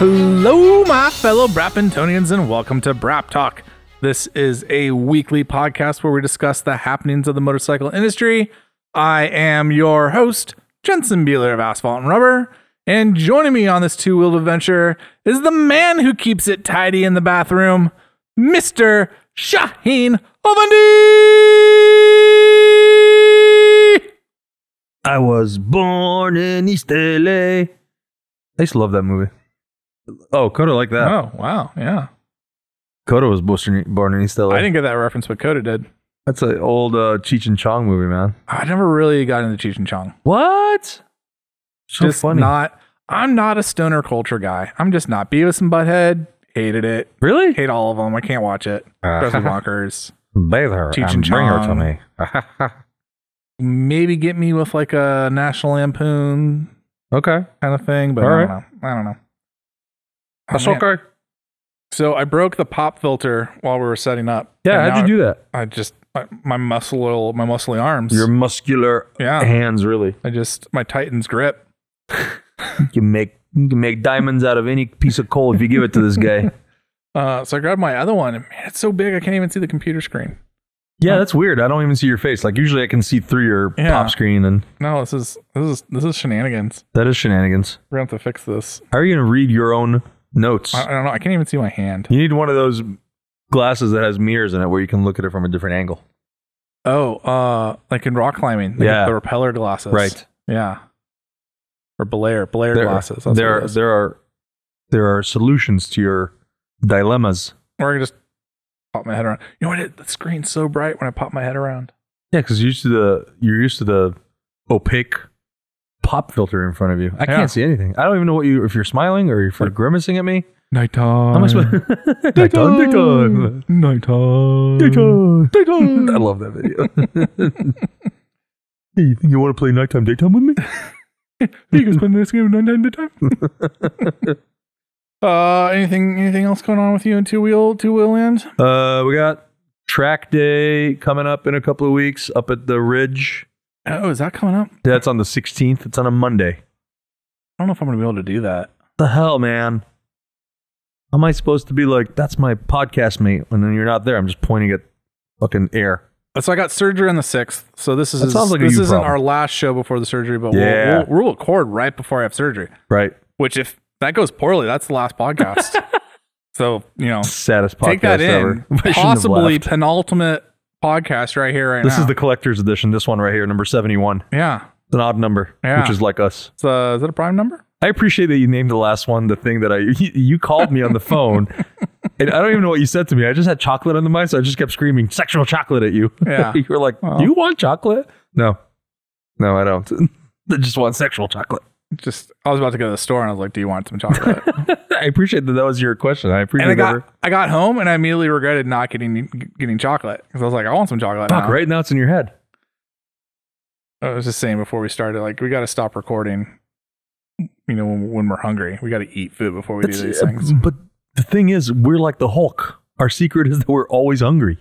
Hello, my fellow Brapentonians, and welcome to Brap Talk. This is a weekly podcast where we discuss the happenings of the motorcycle industry. I am your host, Jensen Beeler of Asphalt and Rubber, and joining me on this two wheeled adventure is the man who keeps it tidy in the bathroom, Mr. Shaheen Ovandi! I was born in East LA. I used to love that movie. Oh, Coda like that. Oh, wow. Yeah. Coda was born in- born in East LA. I didn't get that reference, but Coda did. That's an old uh, Cheech and Chong movie, man. I never really got into Cheech and Chong. What? So just funny. not. I'm not a stoner culture guy. I'm just not. Beavis and Butthead hated it. really? Hate all of them. I can't watch it. Uh, Present Walkers. bathe her Cheech and Chong. me. Maybe get me with like a National Lampoon okay, kind of thing, but All I don't right. know. I don't know. Oh, that's man. okay. So I broke the pop filter while we were setting up. Yeah, And how'd now you do that? I just I, my muscle, my muscly arms. Your muscular yeah, hands, really. I just my Titan's grip. You can make you can make diamonds out of any piece of coal if you give it to this guy. Uh, so I grabbed my other one, and man, it's so big I can't even see the computer screen. yeah, that's weird. I don't even see your face. Like usually, I can see through your Yeah. pop screen, and No, this is this is this is shenanigans. that is shenanigans. We're gonna have to fix this. How are you going to read your own notes? I, I don't know. I can't even see my hand. you need one of those glasses that has mirrors in it where you can look at it from a different angle. Oh, uh, like in rock climbing, they Yeah. get the repeller glasses, Right. Yeah, or Blair Blair There, glasses. That's there, what it are, is. there are there are solutions to your dilemmas. or I can just pop my head around. You know what? It, the screen's so bright when I pop my head around. Yeah, because you're used to the you're used to the opaque pop filter in front of you. I Yeah. can't see anything. I don't even know what you if you're smiling or if you're grimacing at me. Nighttime. How am I supposed? Daytime, daytime, Nighttime. daytime. Daytime. I love that video. hey, you think you want to play nighttime, daytime with me? You guys playing this game nighttime, nighttime. uh, anything anything else going on with you in two wheel two wheel land? Uh, we got track day coming up in a couple of weeks up at the Ridge. Oh, is that coming up? I That's on the 16th. It's on a Monday. don't know if I'm gonna be able to do that. The hell, man. How am I supposed to be like, that's my podcast mate, and then you're not there? I'm just pointing at fucking air. So I got surgery on the sixth. So this is That sounds like a this you isn't problem. our last show before the surgery, but Yeah. we'll, we'll, we'll record right before I have surgery. Right. Which if that goes poorly, that's the last podcast. so you know, Saddest podcast take that in. ever. I shouldn't have Possibly laughed. penultimate podcast right here, right This now. is the collector's edition. This one right here, number 71. yeah. It's an odd number, Yeah. which is like us. It's, uh, is that a prime number? I appreciate that you named the last one the thing that I you, you called me on the phone, and I don't even know what you said to me. I just had chocolate on the mind, so I just kept screaming "sexual chocolate" at you. Yeah. you were like, Well. "Do you want chocolate?" No, no, I don't. I just want sexual chocolate. Just I was about to go to the store and I was like, "Do you want some chocolate?" I appreciate that that was your question. I and appreciate I that. got I got home and I immediately regretted not getting getting chocolate because I was like, "I want some chocolate." Fuck, now. right now it's in your head. I was just saying before we started, like we got to stop recording. You know, when, when we're hungry, we got to eat food before we do these It's- things. But the thing is, we're like the Hulk. Our secret is that we're always hungry.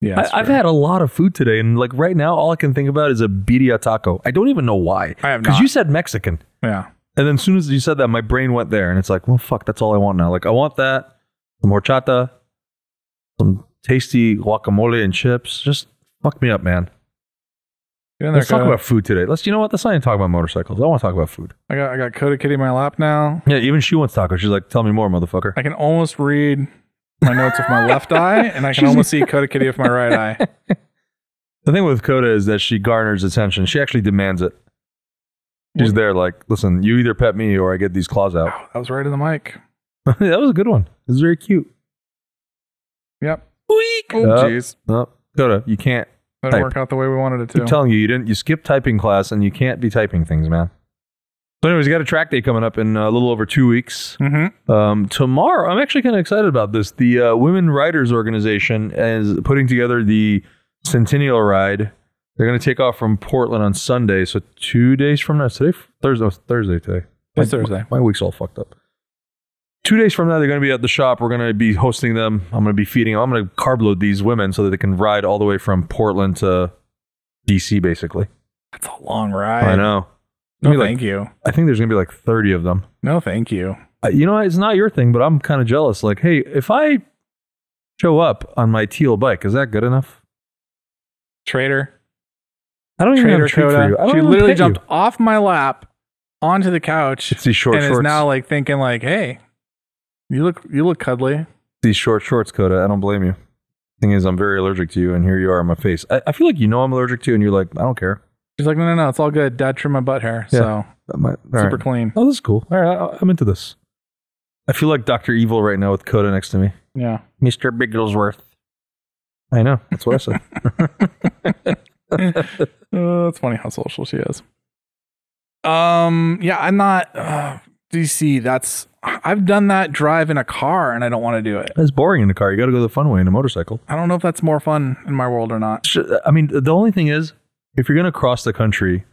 Yeah, that's I, I've true. had a lot of food today, and like right now, all I can think about is a birria taco. I don't even know why. I have Because not. you said Mexican. yeah, And then as soon as you said that, my brain went there, and it's like, well, fuck, that's all I want now. Like, I want that, some horchata, some tasty guacamole and chips. Just fuck me up, man. Get in there, Let's talk Coda. about food today. Let's, you know what? Let's not even talk about motorcycles. I want to talk about food. I got I got Coda Kitty in my lap now. Yeah, even she wants tacos. She's like, tell me more, motherfucker. I can almost read my notes with my left eye, and I can She's- almost see Coda Kitty with my right eye. The thing with Coda is that she garners attention. She actually demands it. She's there, like, listen, you either pet me or I get these claws out. Oh, That was right in the mic. that was a good one. It was very cute. Yep. Oh Uh, jeez, Oh, Coda, you can't. that type. didn't work out the way we wanted it Keep to. telling you, you didn't. You skipped typing class, and you can't be typing things, man. So, anyways, you got a track day coming up in uh, a little over two weeks. mm-hmm. Um, tomorrow, I'm actually kind of excited about this. The uh, Women Riders Organization is putting together the Centennial Ride. They're going to take off from Portland on Sunday, so two days from now. Today, Thursday, it's Thursday today. It's My- Thursday. My week's all fucked up. Two days from now, they're going to be at the shop. We're going to be hosting them. I'm going to be feeding them. I'm going to carb load these women so that they can ride all the way from Portland to DC, basically. That's a long ride. I, know. No, Maybe like- thank you. I think there's going to be like 30 of them. No, thank you. I- you know, it's not your thing, but I'm kind of jealous. Like, hey, if I show up on my teal bike, is that good enough? Traitor. I don't even have Traitor a treat for you. Coda. I don't She even literally pay jumped You. off my lap onto the couch It's these short and shorts. is now like thinking like, hey, you look you look cuddly. these short shorts, Coda. I don't blame you. Thing is, I'm very allergic to you, and here you are in my face. I, I feel like you know I'm allergic to, you, and you're like, I don't care. She's like, no, no, no, it's all good. Dad trimmed my butt hair, Yeah. so That might- all super right. clean. Oh, this is cool. All right, I, I'm into this. I feel like Doctor Evil right now with Coda next to me. Yeah. Mister Bigglesworth. I know. That's what I said. Uh, it's funny how social she is. Um, yeah, I'm not uh, DC. That's I've done that drive in a car, and I don't want to do it. That's boring in the car. You got to go the fun way in a motorcycle. I don't know if that's more fun in my world or not. Sh- I mean, the only thing is, if you're going to cross the country,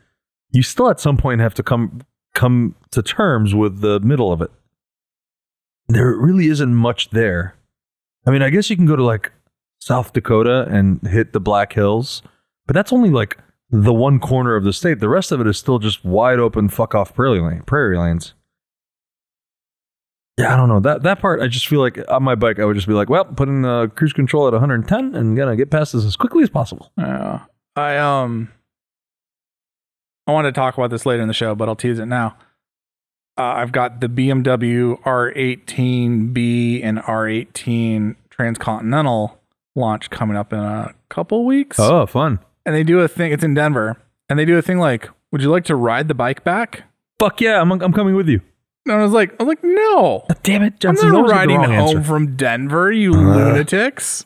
you still at some point have to come come to terms with the middle of it. There really isn't much there. I mean, I guess you can go to like South Dakota and hit the Black Hills, but that's only like the one corner of the state. The rest of it is still just wide open fuck off prairie lane, prairie lands. Yeah, I don't know. That that part I just feel like on my bike I would just be like, well, put in uh, cruise control at 110 and gonna get past this as quickly as possible. Yeah. I um I want to talk about this later in the show, but I'll tease it now. Uh, I've got the BMW R18B and R18 Transcontinental launch coming up in a couple weeks. Oh, fun. And they do a thing, it's in Denver, and they do a thing like, would you like to ride the bike back? Fuck yeah, I'm, I'm coming with you. And I was like, I was like, no. Oh, Damn it, I'm Johnson. not always get the riding wrong home answer. from Denver, you Ugh. lunatics.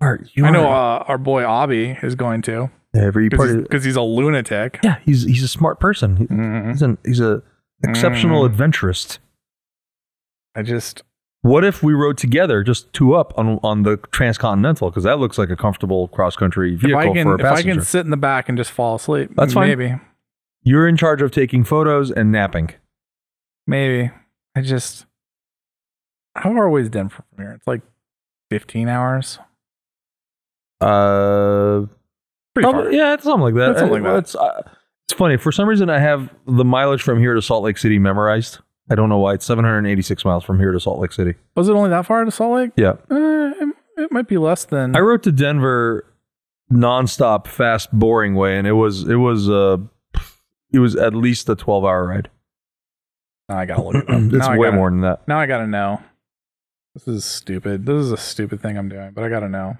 Bart, you I know are uh, our boy Abby is going to every part. because Of, he's, a lunatic. yeah, he's he's a smart person. He- Mhm. He's an he's a exceptional Mm-hmm. adventurist. I just What if we rode together, just two up on on the transcontinental? Because that looks like a comfortable cross country if vehicle I can for a if I passenger. can sit in the back and just fall asleep. That's fine. Maybe You're in charge of taking photos and napping. maybe I just how far away is Denver from here? It's like fifteen hours. Uh, Pretty Probably- far. Yeah, it's something like that. It's something like Uh, that. It's, uh, it's funny. For some reason, I have the mileage from here to Salt Lake City memorized. I don't know why. It's 786 miles from here to Salt Lake City. Was it only that far to Salt Lake? Yeah. Uh, it, it might be less than. I rode to Denver nonstop, fast, boring way, and it was it was uh it was at least a 12 hour ride. Now I gotta look it up. it's Now I way gotta- more than that. Now I gotta know. This is stupid. This is a stupid thing I'm doing, but I gotta know.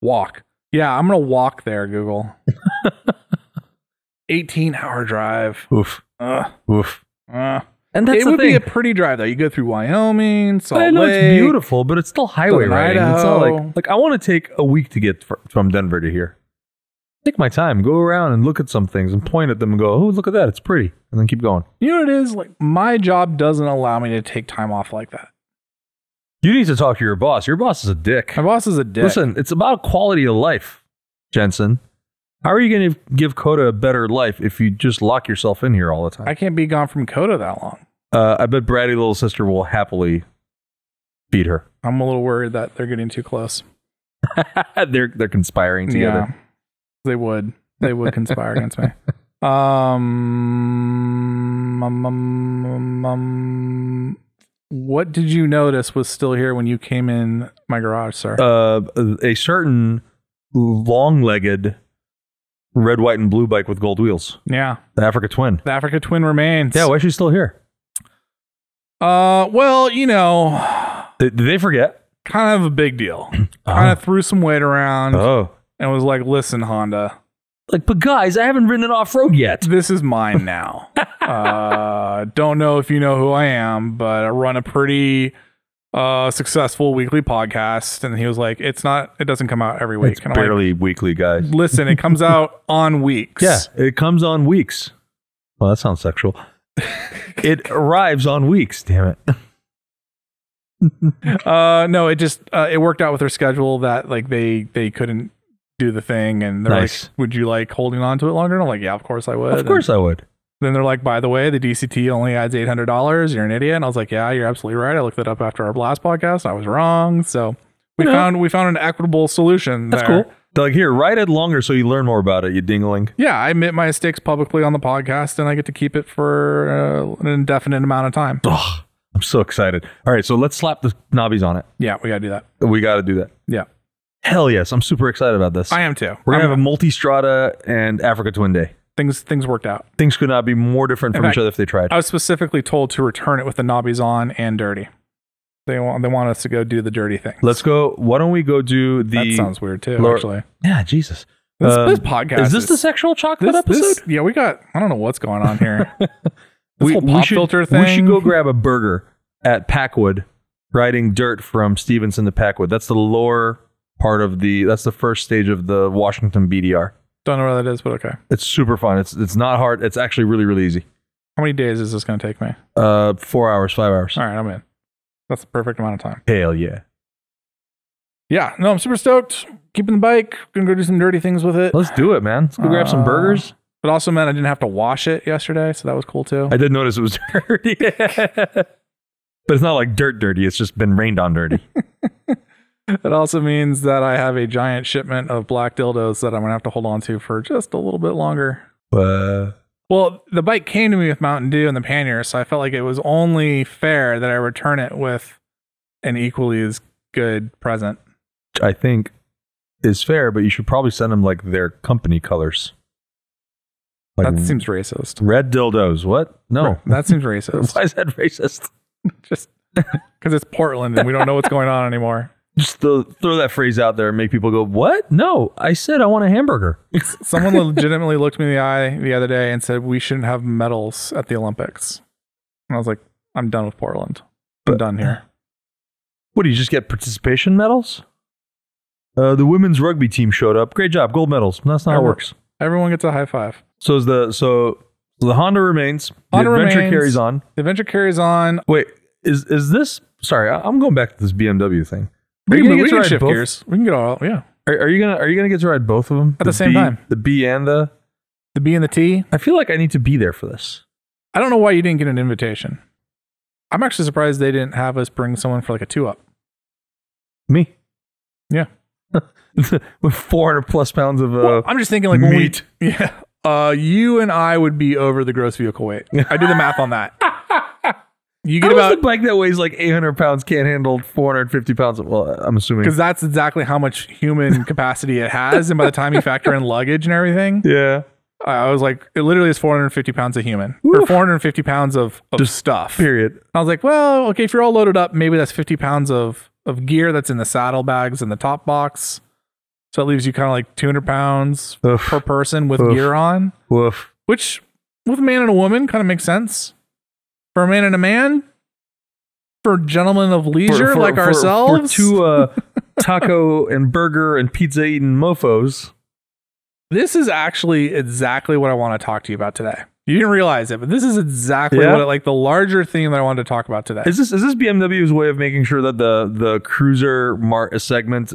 Walk. Yeah, I'm gonna walk there. Google. Eighteen hour drive. Oof, Ugh. oof. Ugh. And that's it the would thing. be a pretty drive though. You go through Wyoming, Salt I know Lake. it's beautiful, but it's still highway Southern riding. It's not Idaho. like like I want to take a week to get fr- from Denver to here. Take my time, go around and look at some things and point at them and go, "Oh, look at that! It's pretty," and then keep going. You know what it is? Like my job doesn't allow me to take time off like that. You need to talk to your boss. Your boss is a dick. My boss is a dick. Listen, it's about quality of life, Jensen. How are you going to give Coda a better life if you just lock yourself in here all the I time? can't be gone from Coda that long. Uh, I bet Bratty little sister will happily beat her. I'm a little worried that they're getting too close. they're they're conspiring together. Yeah, they would. They would conspire against me. Um, um, um, um, what did you notice was still here when you came in my garage, sir? uh, a certain long-legged red, white, and blue bike with gold wheels, yeah, the Africa Twin. the Africa Twin remains. Yeah, why is she still here? Uh, well, you know, Did, did they forget? kind of a big deal. Uh-huh. kind of threw some weight around oh, and was like, "Listen, Honda, like, but guys, I haven't ridden it off-road yet. this is mine now. uh, don't know if you know who I am, but I run a pretty uh, successful weekly podcast." And he was like, "It's not. It doesn't come out every week." It's and I'm barely weekly, guys. like, "Listen, it comes out on weeks." Yeah, it comes on weeks. Well, that sounds sexual. it arrives on weeks. Damn it. Uh, no, it just uh, it worked out with their schedule that like they they couldn't do the thing, and they're Nice. like, "Would you like holding on to it longer?" And I'm like, "Yeah, of course I would." Of And- course, I would. Then they're like, by the way, the DCT only adds eight hundred dollars. You're an idiot. And I was like, yeah, you're absolutely right. I looked that up after our last podcast. I was wrong. So we You know. found we found an equitable solution. That's there. cool. They're like, here, ride it longer so you learn more about it. You dingling. Yeah, I admit my mistakes publicly on the podcast, and I get to keep it for uh, an indefinite amount of time. Ugh, I'm so excited. All right, so let's slap the knobbies on it. Yeah, we gotta do that. We got to do that. Yeah, Hell yes, I'm super excited about this. I am too. We're gonna I'm- have a multi-strata and Africa Twin Day. things things worked out. Things could not be more different from fact- each other if they tried. I was specifically told to return it with the knobbies on and dirty. They want they want us to go do the dirty thing. Let's go. Why don't we go do the? that sounds weird too. Laura- actually, yeah, Jesus. this, Um, this podcast is this the sexual chocolate this- episode? this- yeah, we got. I don't know what's going on here. this whole pop should, filter We should thing. go grab a burger at Packwood, riding dirt from Stevenson to Packwood. That's the lower part of the. That's the first stage of the Washington BDR. Don't know what that is, but okay. It's super fun. It's it's not hard. It's actually really really easy. How many days is this going to take me? Uh, four hours, five hours. All right, I'm in. That's the perfect amount of time. Hell yeah! Yeah, no, I'm super stoked. Keeping the bike, gonna go do some dirty things with it. Let's do it, man. Let's go grab Uh, some burgers. But also, man, I didn't have to wash it yesterday, so that was cool too. I did notice it was dirty, but it's not like dirt dirty. It's just been rained on dirty. It also means that I have a giant shipment of black dildos that I'm gonna have to hold on to for just a little bit longer. but uh, Well, the bike came to me with Mountain Dew and the pannier, so I felt like it was only fair that I return it with an equally as good present. I think is fair. But you should probably send them like their company colors. Like that seems racist. Red dildos. What? No. That seems racist. Why is that racist? Just because it's Portland and we don't know what's going on anymore. Just throw, throw that phrase out there and make people go, What? No, I said I want a hamburger. Someone legitimately looked me in the eye the other day and said we shouldn't have medals at the Olympics. And I was like, I'm done with Portland. I'm But- done here. What do you just get participation medals? Uh, the women's rugby team showed up. Great job, gold medals. That's not how it Ever- works. Everyone gets a high five. So is the so the Honda remains. Honda the adventure remains. carries on. The adventure carries on. Wait, is is this? Sorry, I, I'm going back to this BMW thing. Are We you can, gonna we get to can ride shift both? gears. We can get all yeah. Are, are you gonna Are you gonna get to ride both of them At the same B- time. The B and the. The B and the T. I feel like I need to be there for this. I don't know why you didn't get an invitation. I'm actually surprised they didn't have us bring someone for like a two up. Me. Yeah. With 400 plus pounds of uh, Well, I'm just thinking like when meat. we yeah, uh, you and I would be over the gross vehicle weight. I do the math on that. You get How does about the bike that weighs like 800 pounds can't handle 450 pounds? Well, I'm assuming. because that's exactly how much human capacity it has, and by the time you factor in luggage and everything, Yeah. I I was like, it literally is 450 pounds of human or 450 pounds of, of stuff. Period. I was like, well, okay, if you're all loaded up, maybe that's 50 pounds of, of gear that's in the saddlebags and the top box. So that leaves you kind of like 200 pounds Oof. per person with Oof. gear on, Woof. which with a man and a woman kind of makes sense. For a man and a man, for gentlemen of leisure For- for- like for- ourselves, For two uh, taco and burger and pizza eating mofos. this is actually exactly what I want to talk to you about today. You didn't realize it, but this is exactly Yeah? what like the larger theme that I wanted to talk about today. Is this is this BMW's way of making sure that the the cruiser mar- segment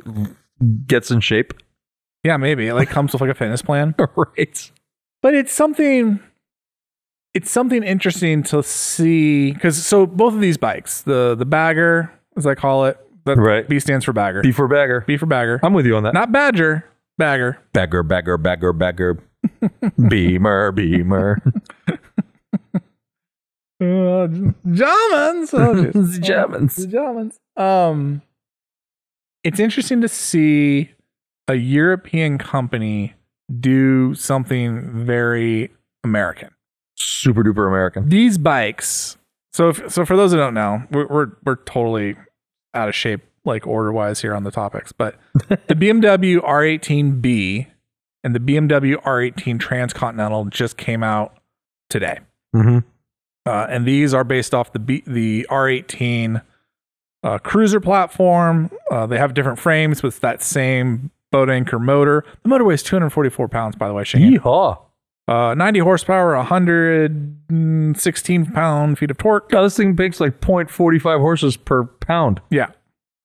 gets in shape? yeah, maybe it like comes with like a fitness plan. right. but it's something it's something interesting to see because so both of these bikes the the bagger as i call it that Right. b stands for bagger b, Before bagger. for bagger I'm with you on that. not badger bagger bagger, bagger, bagger, bagger. beamer, beamer. uh, Germans. Oh, jeez. It's Germans. The Germans. Um, it's interesting to see a European company do something very American. Super duper American. these bikes so if, so for those who don't know we're, we're we're totally out of shape like order wise here on the topics but the bmw r18b and the bmw r18 transcontinental just came out today Mm-hmm. uh, and these are based off the B- the r18 uh, cruiser platform uh, they have different frames with that same boat anchor motor the motor weighs 244 pounds by the way Shane. Yeehaw. Uh, 90 horsepower, 116 pound feet of torque. God, this thing makes like 0.45 horses per pound. Yeah,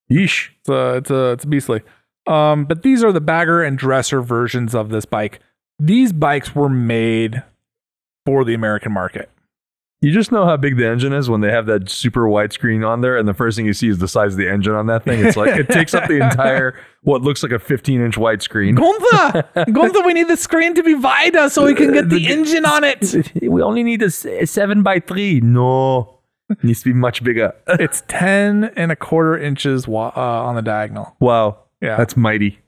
Yeesh. it's a, it's a, it's beastly. Um, but these are the bagger and dresser versions of this bike. These bikes were made for the American market. You just know how big the engine is when they have that super widescreen on there, and the first thing you see is the size of the engine on that thing. It's like it takes up the entire what looks like a 15 inch widescreen. Gunther, Gunther, we need the screen to be wider so we can get the engine on it. We only need a seven by three. No, Needs to be much bigger. It's 10 and a quarter inches wa- uh, on the diagonal. wow. Yeah. That's mighty.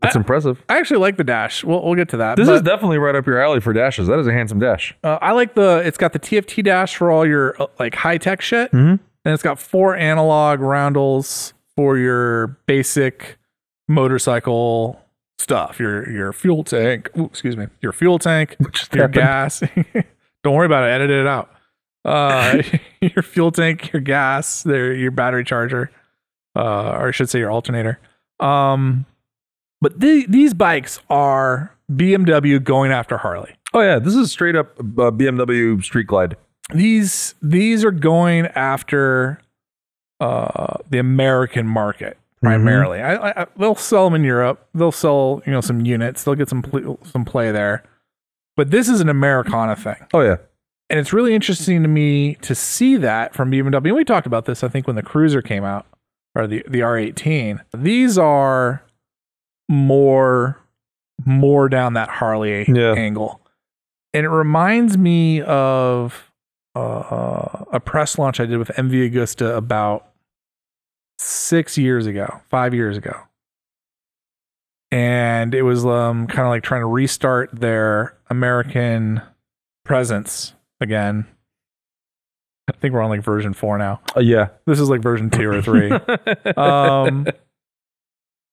That's impressive. I actually like the dash. We'll, we'll get to that. This but, is definitely right up your alley for dashes. That is a handsome dash. uh, I like the, it's got the TFT dash for all your uh, like high tech shit. Mm-hmm. And it's got four analog roundels for your basic motorcycle stuff. Your, your fuel tank. Ooh, excuse me. Your fuel tank. Just your happened. gas. Don't worry about it. Edit it out. Uh, your fuel tank, your gas, their, your battery charger, uh, or I should say your alternator. Um, but the, these bikes are BMW going after Harley. Oh yeah, this is straight up uh, BMW Street Glide. These these are going after uh, the American market Mm-hmm. primarily. I, I, I, they'll sell them in Europe. They'll sell you know some units. They'll get some pl- some play there. But this is an Americana thing. Oh yeah. and it's really interesting to me to see that from BMW. And we talked about this, I think, when the Cruiser came out or the the R18. These are more more down that Harley Yeah. angle, and it reminds me of uh, a press launch I did with MV Agusta about six years ago, five years ago, and it was um, kind of like trying to restart their American presence again. I think we're on like version four now. Uh, yeah. This is like version two or three. Oh, um,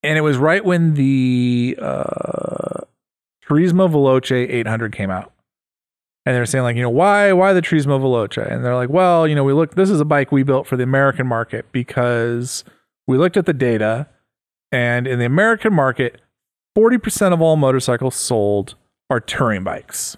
and it was right when the uh, Turismo Veloce 800 came out. And they're saying like, you know, why why the Turismo Veloce? And they're like, well, you know, we look. This is a bike we built for the American market because we looked at the data, and in the American market, forty percent of all motorcycles sold are touring bikes.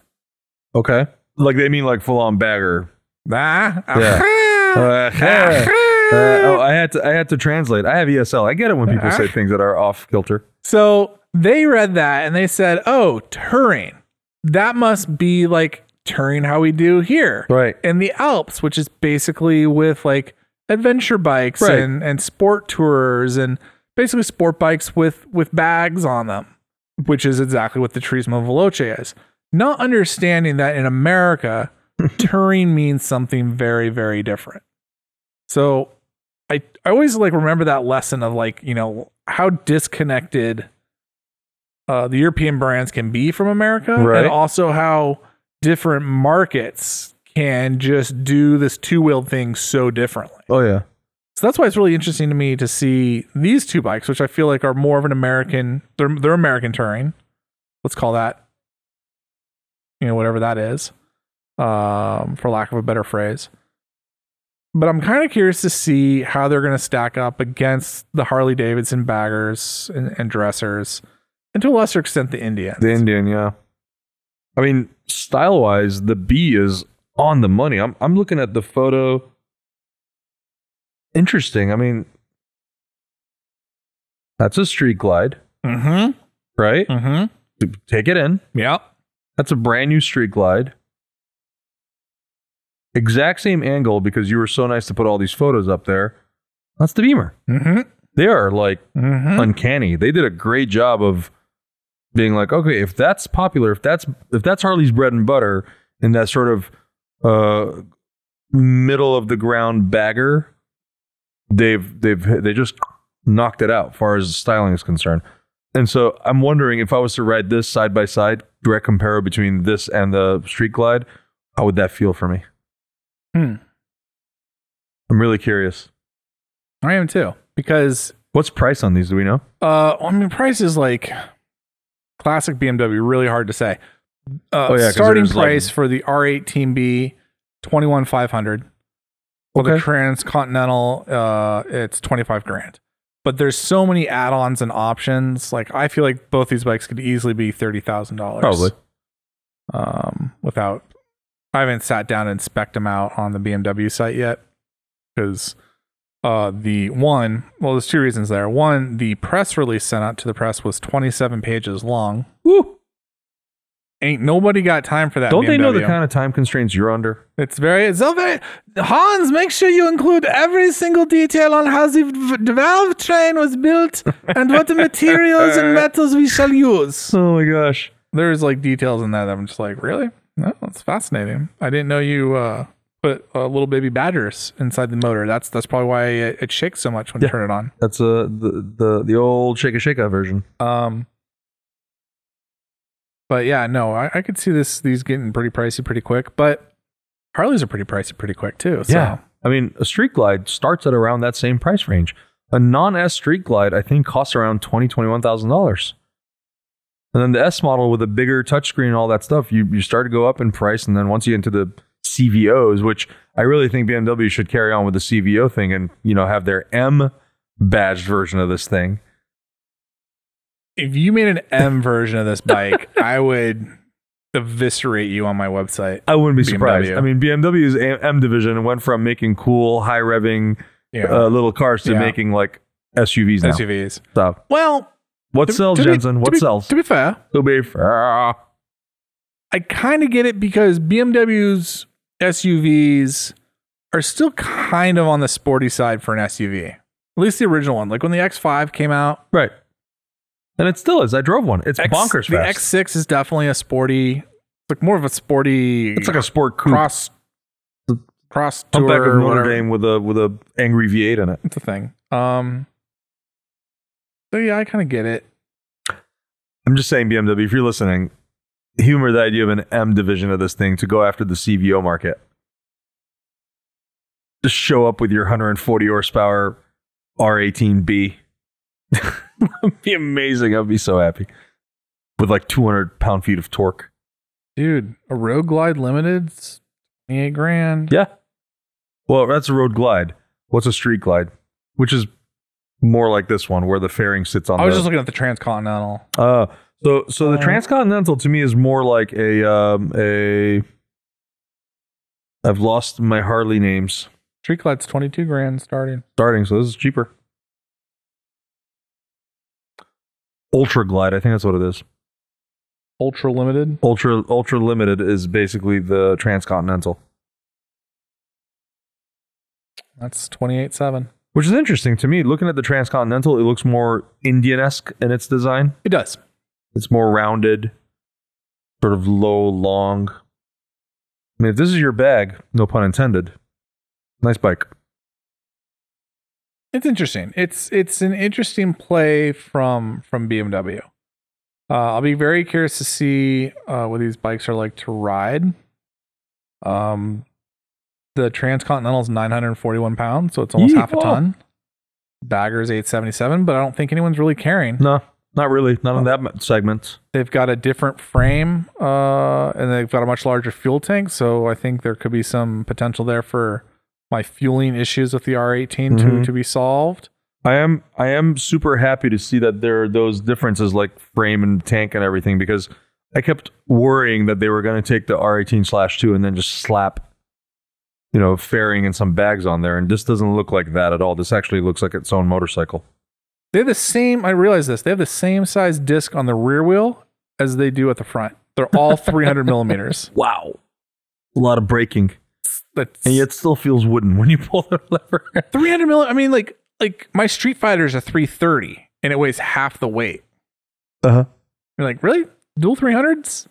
okay. Like they mean like full on bagger. Nah. uh-huh. Yeah. Uh, uh, oh, I had to I had to translate. I have ESL. I get it when people say things that are off kilter. So they read that and they said, "Oh, touring. That must be like touring how we do here Right. in the Alps, which is basically with like adventure bikes Right. and and sport tours and basically sport bikes with with bags on them, which is exactly what the Turismo Veloce is. Not understanding that in America, touring means something very very different. So I I always like remember that lesson of like you know how disconnected uh, the European brands can be from America, Right. and also how different markets can just do this two wheeled thing so differently. Oh yeah. So that's why it's really interesting to me to see these two bikes, which I feel like are more of an American. They're they're American touring. Let's call that, you know, whatever that is, um, for lack of a better phrase. But I'm kind of curious to see how they're going to stack up against the Harley Davidson baggers and, and dressers, and to a lesser extent the Indians. The Indian, yeah. I mean, style wise, the B is on the money. I'm I'm looking at the photo. Interesting. I mean, that's a street glide, mm-hmm. right? Mm-hmm. Take it in. Yep. That's a brand new street glide. Exact same angle because you were so nice to put all these photos up there. That's the Beamer. Mm-hmm. They are like Mm-hmm. uncanny. They did a great job of being like, okay, if that's popular, if that's if that's Harley's bread and butter, and that sort of uh, middle of the ground bagger, they've they've they just knocked it out, far as styling is concerned. And so I'm wondering if I was to ride this side by side, direct compare between this and the Street Glide, how would that feel for me? Hmm. I'm really curious. I am too because What's price on these? Do we know? Uh, I mean, price is like classic BMW. Really hard to say. Uh, Oh, yeah, 'cause starting there's, like- price for the R18B, twenty one five hundred. Well, the Okay. Transcontinental, uh, it's twenty five grand. But there's so many add-ons and options. Like I feel like both these bikes could easily be thirty thousand dollars. Probably. Um, without, I haven't sat down and spec them out on the BMW site yet because uh, the one, well, there's two reasons there. One, the press release sent out to the press was 27 pages long. Woo! Ain't nobody got time for that. Don't they know the BMW. kind of time constraints you're under? It's very, it's all very. Hans, make sure you include every single detail on how the v- the valve train was built and what the materials and metals we shall use. Oh my gosh. There's like details in that. that I'm just like, really? No, that's fascinating. I didn't know you uh, put uh, little baby badgers inside the motor. That's that's probably why it, it shakes so much when you Yeah. turn it on. That's uh, the the the old shake a shake version. Um, but yeah, no, I, I could see this these getting pretty pricey pretty quick. But Harleys are pretty pricey pretty quick too. So. Yeah. I mean, a Street Glide starts at around that same price range. A non S Street Glide, I think, costs around twenty twenty one thousand dollars. And then the S model with a bigger touchscreen and all that stuff, you you start to go up in price. And then once you get into the CVOs, which I really think BMW should carry on with the CVO thing and you know have their M badged version of this thing. If you made an M version of this bike, I would eviscerate you on my website. I wouldn't be surprised. BMW. I mean, BMW's A- M division went from making cool, high revving Yeah. uh, little cars to Yeah. making like SUVs now. SUVs. So, Well, what to- sells, to be- Jensen? to What be- sells? To be fair, To be fair. I kind of get it because BMW's SUVs are still kind of on the sporty side for an SUV. At least the original one. Like when the X5 came out, Right. And it still is. I drove one. It's X- bonkers The fast. X6 is definitely a sporty, it's like more of a sporty it's like a sport coupe. cross cross tour Humpback of or Notre whatever. Dame with a with a angry V8 in it. It's a thing. Um So yeah, I kind of get it. I'm just saying, BMW, if you're listening, humor the idea of an M division of this thing to go after the CVO market. Just show up with your 140 horsepower R18B. That'd be amazing. I'd be so happy. With like 200 pound feet of torque. Dude, a Road Glide Limited's 28 grand. Yeah. Well, that's a road glide. What's a street glide? Which is more like this one where the fairing sits on I was the just looking at the Transcontinental. Uh, so so the Uh, transcontinental to me is more like a um, a. I've lost my Harley names Street Glide's 22 grand starting. starting, so this is cheaper. Ultra Glide, I think that's what it is. Ultra Limited. Ultra Ultra Limited is basically the transcontinental, That's 28 7. which is interesting to me. Looking at the transcontinental, it looks more Indian esque in its design. It does. It's more rounded, sort of low, long. I mean, if this is your bag, no pun intended, nice bike. It's interesting. It's it's an interesting play from from BMW. Uh, I'll be very curious to see uh, what these bikes are like to ride. Um, the Transcontinental is 941 pounds, so it's almost Yee, half a wow. ton. Dagger's 877, but I don't think anyone's really caring. No, not really. Not in that m- segment. They've got a different frame, uh, and they've got a much larger fuel tank. So I think there could be some potential there for my fueling issues with the R18 to Mhm. to be solved. I am I am super happy to see that there are those differences like frame and tank and everything because I kept worrying that they were going to take the R18 slash two and then just slap, you know, fairing and some bags on there, and this doesn't look like that at all. This actually looks like its own motorcycle. They have the same. I realize this. They have the same size disc on the rear wheel as they do at the front. They're all 300 millimeters. Wow, a lot of braking. That's and yet still feels wooden when you pull the lever. 300 mill. I mean, like like my Street Fighter's a 330, and it weighs half the weight. Uh-huh. You're like, really? Dual 300s?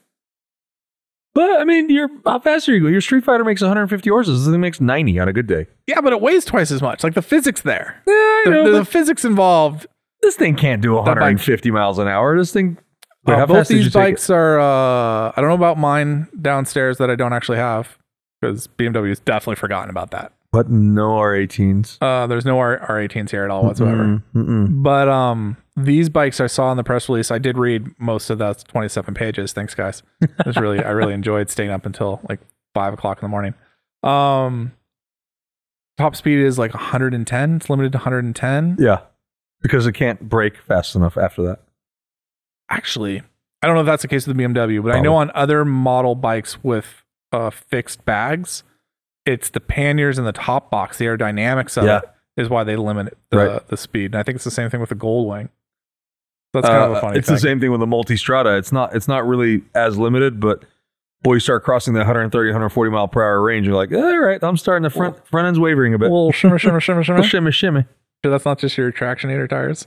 But I mean, you're how fast are you going? Your Street Fighter makes 150 horses. This thing makes 90 on a good day. Yeah, but it weighs twice as much. Like the physics there. Yeah, I The- the, the physics involved this thing can't do bike- 150 miles an hour. This thing. Uh, Wait, how both fast did you these take it? bikes are. Uh, I don't know about mine downstairs that I don't actually have because BMW has definitely forgotten about that. But no R18s Uh, there's no R- R18s here at all whatsoever. Mm, mm-mm. But um, these bikes I saw in the press release. I did read most of those 27 pages. Thanks, guys. It was really I really enjoyed staying up until like five o'clock in the morning. Um, top speed is like 110. It's limited to 110. Yeah, because it can't brake fast enough after that. actually i don't know if that's the case with the bmw but i know on other model bikes with uh, fixed bags it's the panniers and the top box the aerodynamics of Yeah. it is why they limit the, Right. the speed and i think it's the same thing with the goldwing that's kind of Uh, a funny It's thing. the same thing with the Multistrada. It's not. It's not really as limited, but. Boy, you start crossing the 130, 140 mile per hour range. You're like, "Eh, all right, I'm starting the front front end's wavering a bit. little shimmer shimmer shimmer shimmer shimmy, shimmy. Sure, that's not just your tractionator tires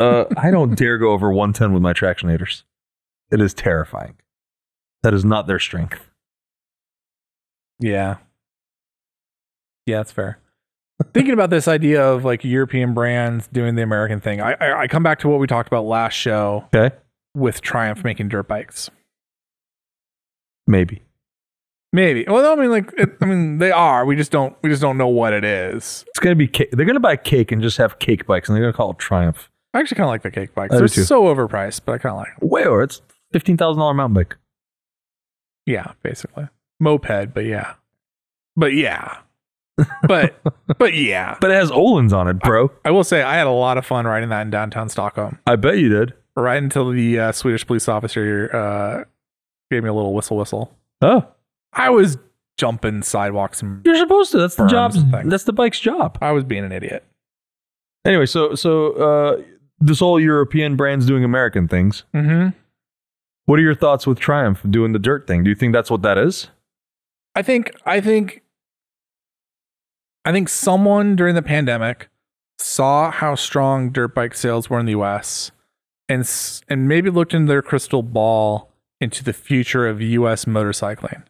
Uh, I don't dare go over 110 with my tractionators. It is terrifying. That is not their strength. yeah Yeah, that's fair. Thinking about this idea of like European brands doing the American thing, I, I I come back to what we talked about last show Okay. with Triumph making dirt bikes. Maybe. Maybe. Well, no, I mean, like, it, I mean, they are. We just don't. We just don't know what it is. It's going to be cake. They're going to buy cake and just have cake bikes and they're going to call it Triumph. I actually kind of like the cake bikes. I do They're too. so overpriced, but I kind of like. Them. Where? It's $15,000 mountain bike. Yeah, basically moped, but yeah, but yeah, but but yeah. But it has Olin's on it, bro. I will say I had a lot of fun riding that in downtown Stockholm, I bet you did. right until the uh, Swedish police officer uh, gave me a little whistle whistle. Oh. I was jumping sidewalks and You're supposed to. That's the Firms job's and things. that's the bike's job. I was being an idiot. Anyway, so so uh this whole European brands doing American things. Mm-hmm. What are your thoughts with Triumph doing the dirt thing? Do you think that's what that is? I think I think I think someone during the pandemic saw how strong dirt bike sales were in the US and s- and maybe looked into their crystal ball into the future of US motorcycling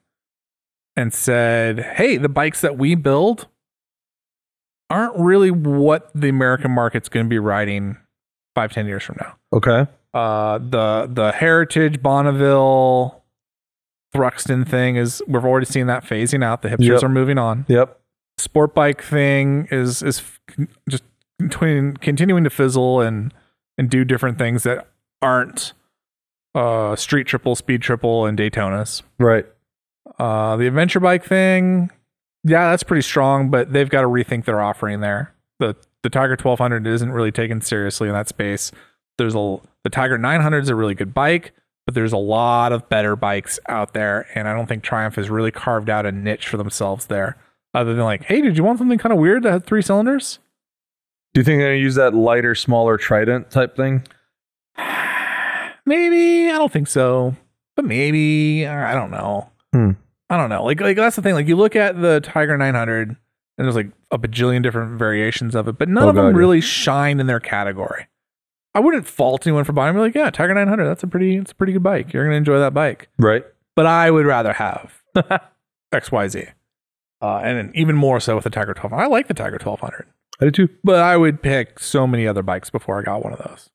and said, "Hey, the bikes that we build aren't really what the American market's going to be riding five, ten years from now." Okay. uh the the heritage bonneville thruxton thing is we've already seen that phasing out the hipsters Yep. are moving on Yep. sport bike thing is is f- just continuing continuing to fizzle and and do different things that aren't uh street triple speed triple and daytonas Right. uh the adventure bike thing yeah that's pretty strong but they've got to rethink their offering there the the tiger 1200 isn't really taken seriously in that space there's a the tiger 900 is a really good bike but there's a lot of better bikes out there and i don't think triumph has really carved out a niche for themselves there other than like hey did you want something kind of weird that had three cylinders Do you think they're gonna use that lighter, smaller Trident type thing? maybe i don't think so but maybe i don't know Hmm. i don't know like like that's the thing like you look at the tiger 900 and there's like a bajillion different variations of it but none Oh, of God, them yeah. really shine in their category i wouldn't fault anyone for buying me like yeah tiger 900 that's a pretty it's a pretty good bike you're gonna enjoy that bike Right. but i would rather have xyz uh, and then even more so with the tiger 1200 i like the tiger 1200 I do too. but i would pick so many other bikes before i got one of those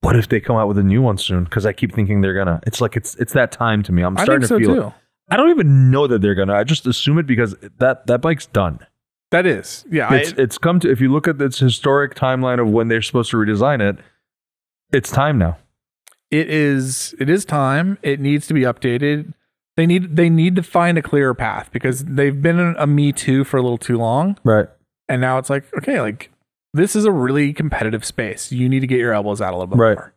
What if they come out with a new one soon? Because I keep thinking they're gonna. It's like it's it's that time to me. I'm i starting think so to feel. too It. I don't even know that they're gonna. I just assume it because that that bike's done. that is yeah I- It's it's come to. If you look at its historic timeline of when they're supposed to redesign it, it's time now. it is it is time it needs to be updated they need they need to find a clearer path because they've been in a me too for a little too long Right. and now it's like okay like this is a really competitive space you need to get your elbows out a little bit Right. more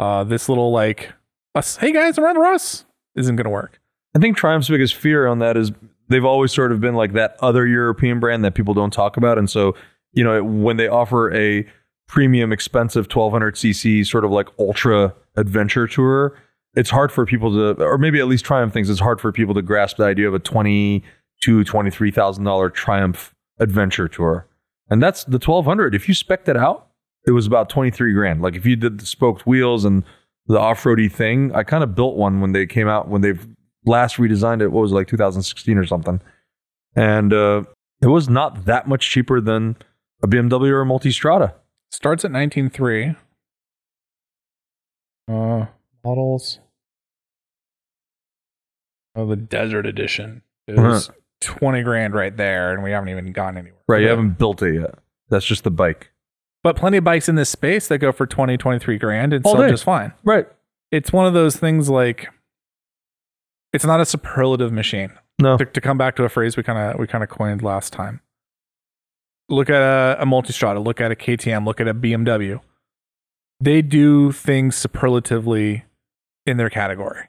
uh this little like us hey guys around us isn't gonna work I think Triumph's biggest fear on that is they've always sort of been like that other European brand that people don't talk about, and so you know when they offer a premium, expensive 1200cc sort of like ultra adventure tour, it's hard for people to, or maybe at least Triumph thinks it's hard for people to grasp the idea of a twenty to twenty three thousand dollar Triumph adventure tour, and that's the 1200. If you spec that out, it was about 23 grand. Like if you did the spoked wheels and the off-roady thing, I kind of built one when they came out when they've last redesigned it. What was it, like 2016 or something? And uh, it was not that much cheaper than a BMW or a Multistrada. starts at 19.3 uh models oh the desert edition is Right. 20 grand right there and we haven't even gotten anywhere Right, you Yeah. haven't built it yet. That's just the bike. but plenty of bikes in this space that go for 20 23 grand and All sell day. just fine Right. it's one of those things like it's not a superlative machine No. to, to come back to a phrase we kind of we kind of coined last time look at a, a multistrada look at a ktm look at a bmw they do things superlatively in their category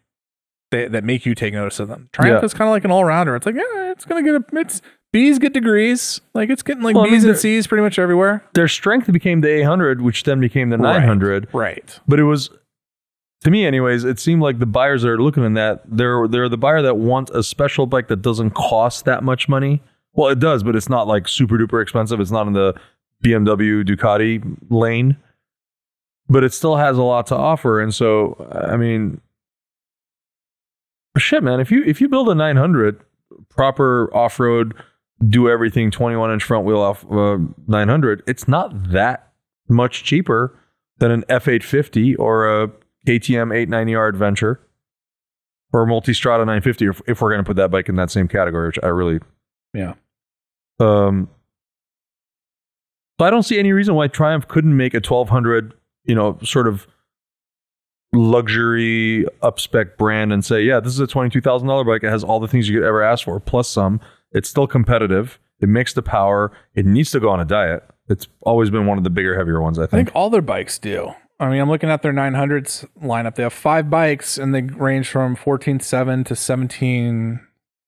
they, that make you take notice of them triumph Yeah. is kind of like an all-rounder it's like yeah it's gonna get a it's b's get degrees like it's getting like Well, I b's mean, and they're- c's pretty much everywhere Their strength became the 800, which then became the 900. right But it was, to me, anyways, it seemed like the buyers that are looking in that they're they're the buyer that wants a special bike that doesn't cost that much money. Well, it does, but it's not like super duper expensive. It's not in the BMW Ducati lane, but it still has a lot to offer. And so, I mean, shit, man, if you if you build a 900 proper off road do everything 21 inch front wheel off uh, 900, it's not that much cheaper than an F850 or a KTM 890R Adventure or a Multistrada 950 if, if we're going to put that bike in that same category, which I really Yeah. um, so I don't see any reason why Triumph couldn't make a 1200, you know, sort of luxury upspec brand and say, yeah, this is a $22,000 bike. It has all the things you could ever ask for, plus some. It's still competitive. It makes the power. It needs to go on a diet. It's always been one of the bigger, heavier ones, I I think. think all their bikes do. I mean, I'm looking at their 900s lineup. They have five bikes and they range from 14.7 to 17,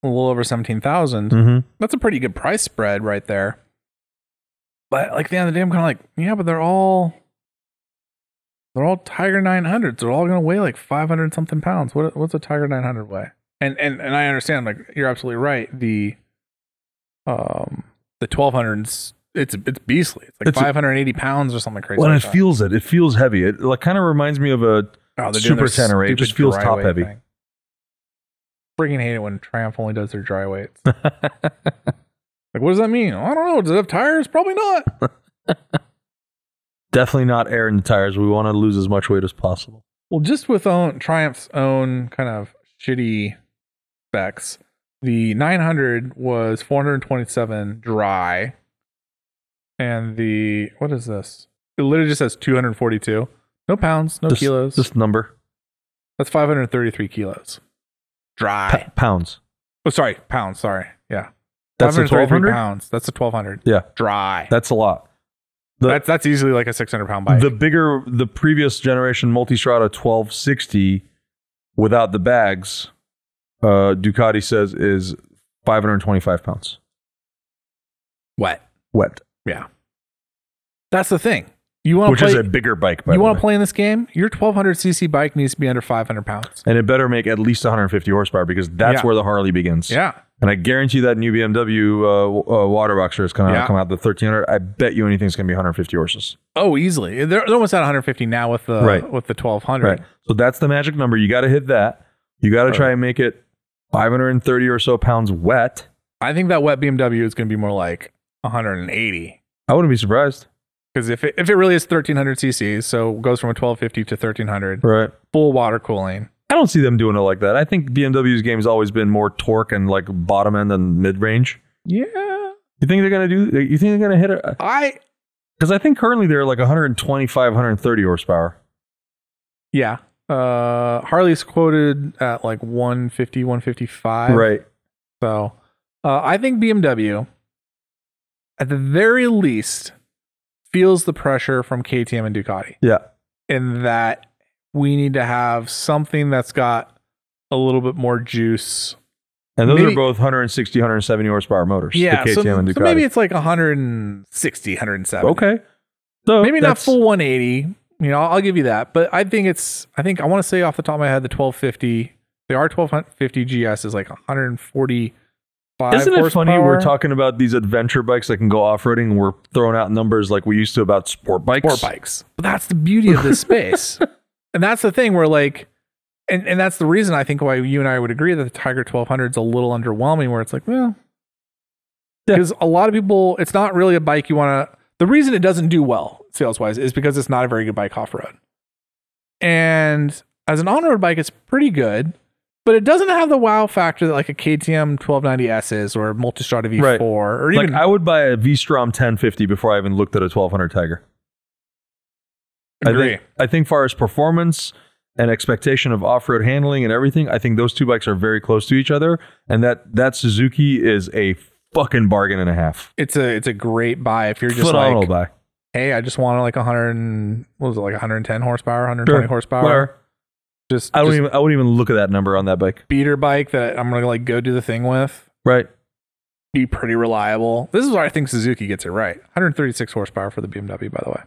a little over 17,000. Mm-hmm. That's a pretty good price spread right there. But like at the end of the day, I'm kind of like, yeah, but they're all they're all Tiger 900s. They're all going to weigh like 500 something pounds. What what's a Tiger 900 weigh? And and and I understand like you're absolutely right. The um the 1200s it's it's beastly. It's like It's a- 580 pounds or something crazy. Well, and like it that. feels it. It feels heavy. It like, kind of reminds me of a Oh, they're doing Super their 10 or 8, stupid just feels dry top weight heavy. thing. Freaking hate it when Triumph only does their dry weights. like, what does that mean? I don't know. Does it have tires? Probably not. definitely not air in the tires. We want to lose as much weight as possible. Well, just with own, Triumph's own kind of shitty specs, the 900 was 427 dry, and the what is this? It literally just says 242. No pounds, no This- kilos. This number, That's 533 kilos. Pa- Dry. pounds. Oh, sorry, pounds. Sorry, yeah. That's a 533 1200? pounds. That's a 1200. Yeah. Dry. That's a lot. the- that's that's easily like a 600 pound bike. The bigger the previous generation Multistrada 1260 without the bags, uh, Ducati says is 525 pounds wet. wet, That's the thing. You want which to play? is a bigger bike. By you the want way. to play in this game? Your 1200 cc bike needs to be under 500 pounds. and it better make at least 150 horsepower because that's Yeah. where the Harley begins. Yeah, And I guarantee that new BMW uh, w- uh, water boxer is going to Yeah. come out the 1300. I bet you anything's going to be 150 horses. Oh, easily. They're, they're almost at 150 now with the Right. with the 1200. Right. So that's the magic number. You got to hit that. You got to Right. try and make it 530 or so pounds wet. I think that wet BMW is going to be more like 180 I wouldn't be surprised. because if it, if it really is 1300 cc's, so it goes from a 1250 to 1300, Right. full water cooling. I don't see them doing it like that. I think BMW's game has always been more torque and like bottom end and mid range. Yeah, You think they're gonna do? You think they're gonna hit it? I Because I think currently they're like 125, 130 horsepower. yeah. Uh, Harley's quoted at like 150, 155. right. So uh, I think BMW, at the very least, feels the pressure from KTM and Ducati. Yeah. in that we need to have something that's got a little bit more juice. And those Maybe- are both 160, 170 horsepower motors. The KTM so, and Ducati. so maybe it's like 160, 170. okay. So Maybe not that's- full 180. You know, I'll give you that. But I think it's, I think I want to say off the top of my head, the 1250, the R1250 GS is like 145. Isn't it funny horsepower. we're talking about these adventure bikes that can go off roading and we're throwing out numbers like we used to about sport bikes? Sport bikes. But that's the beauty of this space. and that's the thing where like and, and that's the reason I think why you and I would agree that the Tiger 1200 is a little underwhelming where it's like, well, Yeah. because a lot of people, it's not really a bike you want to, the reason it doesn't do well sales wise is because it's not a very good bike off road. And as an on road bike, it's pretty good, but it doesn't have the wow factor that like a KTM 1290S is or a Multistrada V4 Right. or Like even I would buy a V-Strom 1050 before I even looked at a 1200 Tiger. I Agree. think, I think far as performance and expectation of off-road handling and everything, I think those two bikes are very close to each other, and that that Suzuki is a fucking bargain and a half. It's a it's a great buy if you're just Phenomenal like buy. hey, I just want like 100, and- what was it, like 110 horsepower, 120 Sure. horsepower. Whatever. Just, I just don't even I wouldn't even look at that number on that bike. beater bike that I'm gonna like go do the thing with. Right. Be pretty reliable. This is where I think Suzuki gets it right. 136 horsepower for the BMW, by the way,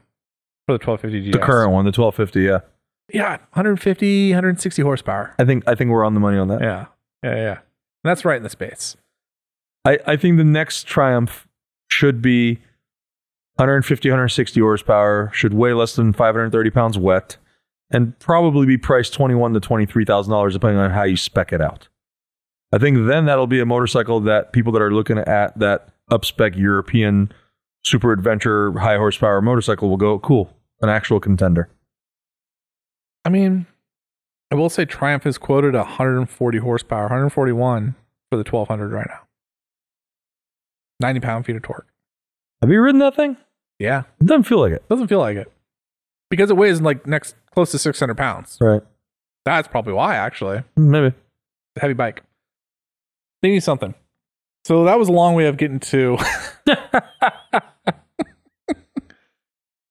for the 1250 GS. The current one, the 1250, yeah. yeah, 150, 160 horsepower. I think I think we're on the money on that. Yeah, yeah, yeah. And that's right in the space. I, I think the next Triumph should be 150, 160 horsepower, should weigh less than 530 pounds wet, and probably be priced 21 to 23 thousand dollars, depending on how you spec it out. I think then that'll be a motorcycle that people that are looking at that upspec European super adventure high horsepower motorcycle will go cool, an actual contender. I mean, I will say Triumph is quoted 140 horsepower, 141 for the 1200 right now. 90 pound feet of torque. Have you ridden that thing? Yeah, It doesn't feel like it. doesn't feel like it because it weighs like next close to 600 pounds. Right. That's probably why actually. Maybe. It's a heavy bike. They need something. So that was a long way of getting to.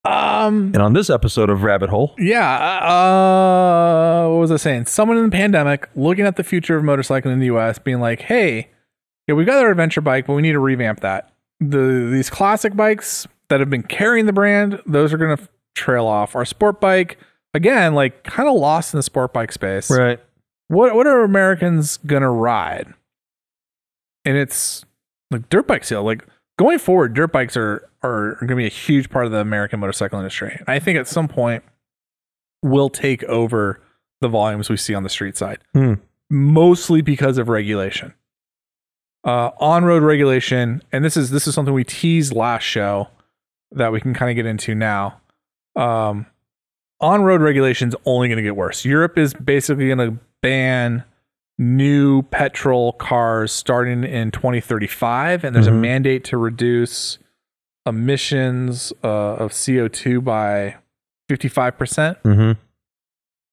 um. And on this episode of Rabbit Hole, Yeah. Uh, what was I saying? Someone in the pandemic looking at the future of motorcycling in the U.S. being like, "Hey, yeah, we got our adventure bike, but we need to revamp that. The these classic bikes that have been carrying the brand, those are going to trail off. Our sport bike, again, like kind of lost in the sport bike space. right? What what are Americans going to ride? And it's like dirt bike sale. Like going forward, dirt bikes are are going to be a huge part of the American motorcycle industry. And I think at some point will take over the volumes we see on the street side, Hmm. mostly because of regulation, uh, on-road regulation. And this is this is something we teased last show that we can kind of get into now. Um, on-road regulations only going to get worse. Europe is basically going to ban new petrol cars starting in 2035 and there's a Mhm. mandate to reduce emissions uh, of CO2 by 55%. Mm-hmm.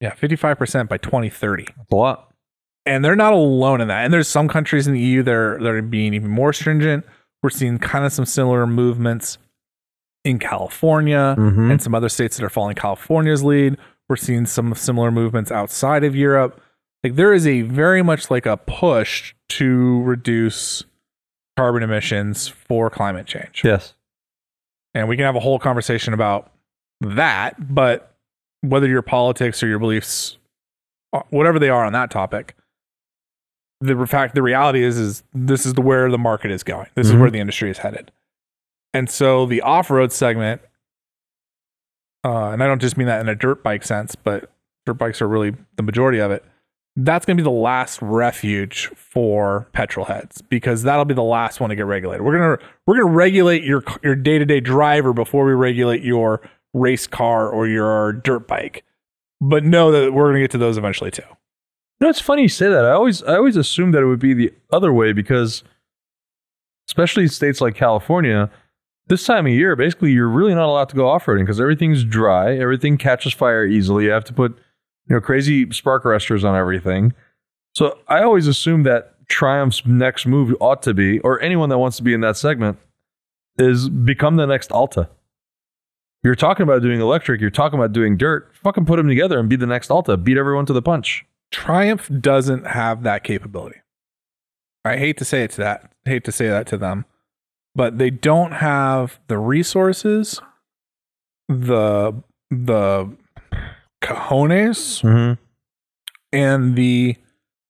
Yeah, 55% by 2030. That's a lot. And they're not alone in that. And there's some countries in the EU that are, that are being even more stringent. We're seeing kind of some similar movements in California Mm-hmm. and some other states that are following California's lead. We're seeing some similar movements outside of Europe. Like there is a very much like a push to reduce carbon emissions for climate change. Yes. And we can have a whole conversation about that, but whether your politics or your beliefs, uh, whatever they are on that topic, the fact, the reality is, is this is the where the market is going. This is Mhm. where the industry is headed. And so the off-road segment, uh, and I don't just mean that in a dirt bike sense, but dirt bikes are really the majority of it. That's going to be the last refuge for petrol heads because that'll be the last one to get regulated. We're gonna we're gonna regulate your c- your day to day driver before we regulate your race car or your dirt bike. But know that we're gonna get to those eventually too. You know, it's funny you say that. I always I always assumed that it would be the other way because especially states like California, this time of year, basically you're really not allowed to go off-roading because everything's dry, everything catches fire easily. You have to put, you know, crazy spark arresters on everything. So I always assumed that Triumph's next move ought to be, or anyone that wants to be in that segment, is become the next Alta. You're talking about doing electric, you're talking about doing dirt. Fucking put them together and be the next Alta. Beat everyone to the punch. Triumph doesn't have that capability. I hate to say it to that. Hate to say that to them, but they don't have the resources, the the cojones, Mm-hmm. and the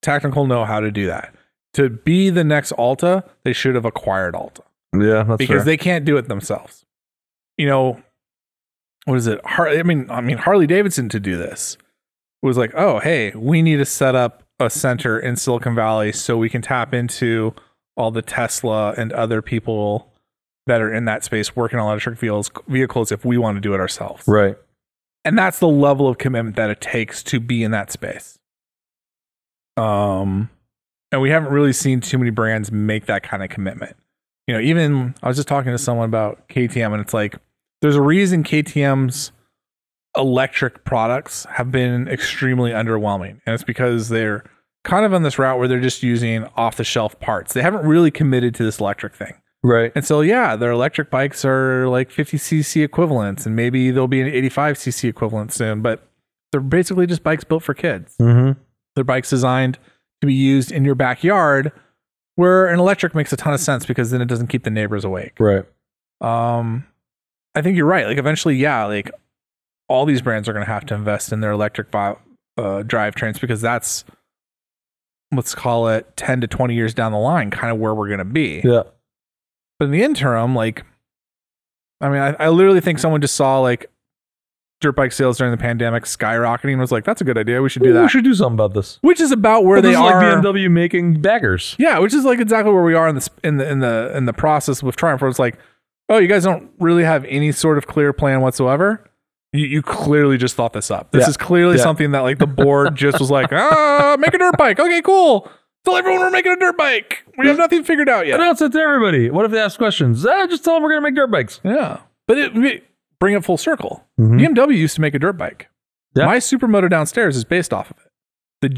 technical know-how to do that. To be the next Alta, they should have acquired Alta. Yeah, that's because they can't do it themselves. You know, what is it? Har- I mean, I mean Harley Davidson to do this was like, oh hey, we need to set up a center in Silicon Valley so we can tap into all the Tesla and other people that are in that space working on electric vehicles, vehicles if we want to do it ourselves. right. And that's the level of commitment that it takes to be in that space. Um, and we haven't really seen too many brands make that kind of commitment. You know, even I was just talking to someone about KTM, and it's like there's a reason KTM's electric products have been extremely underwhelming, and it's because they're kind of on this route where they're just using off the shelf parts. They haven't really committed to this electric thing. Right. And so, yeah, their electric bikes are like 50cc equivalents, and maybe there'll be an 85cc equivalent soon, but they're basically just bikes built for kids. Mm-hmm. They're bikes designed to be used in your backyard, where an electric makes a ton of sense because then it doesn't keep the neighbors awake. Right. Um, I think you're right. Like, eventually, yeah, like all these brands are going to have to invest in their electric bi- uh, drivetrains because that's, let's call it 10 to 20 years down the line, kind of where we're going to be. Yeah. But in the interim, like, I mean, I, I literally think someone just saw like dirt bike sales during the pandemic skyrocketing and was like, that's a good idea. We should do Ooh, We that. should do something about this. Which is about where Well, they this are. is like BMW making baggers. Yeah, which is like exactly where we are in the sp- in the in the in the process with Triumph. Where it's like, oh, you guys don't really have any sort of clear plan whatsoever. You, you clearly just thought this up. This Yeah. is clearly Yeah. something that like the board just was like, ah, make a dirt bike. Okay, cool. Tell everyone we're making a dirt bike. We have nothing figured out yet. Announce it to everybody. What if they ask questions? Ah, just tell them we're gonna make dirt bikes. Yeah, but it, we- bring it full circle. BMW used to make a dirt bike. Mm-hmm. Yeah. My supermoto downstairs is based off of it. The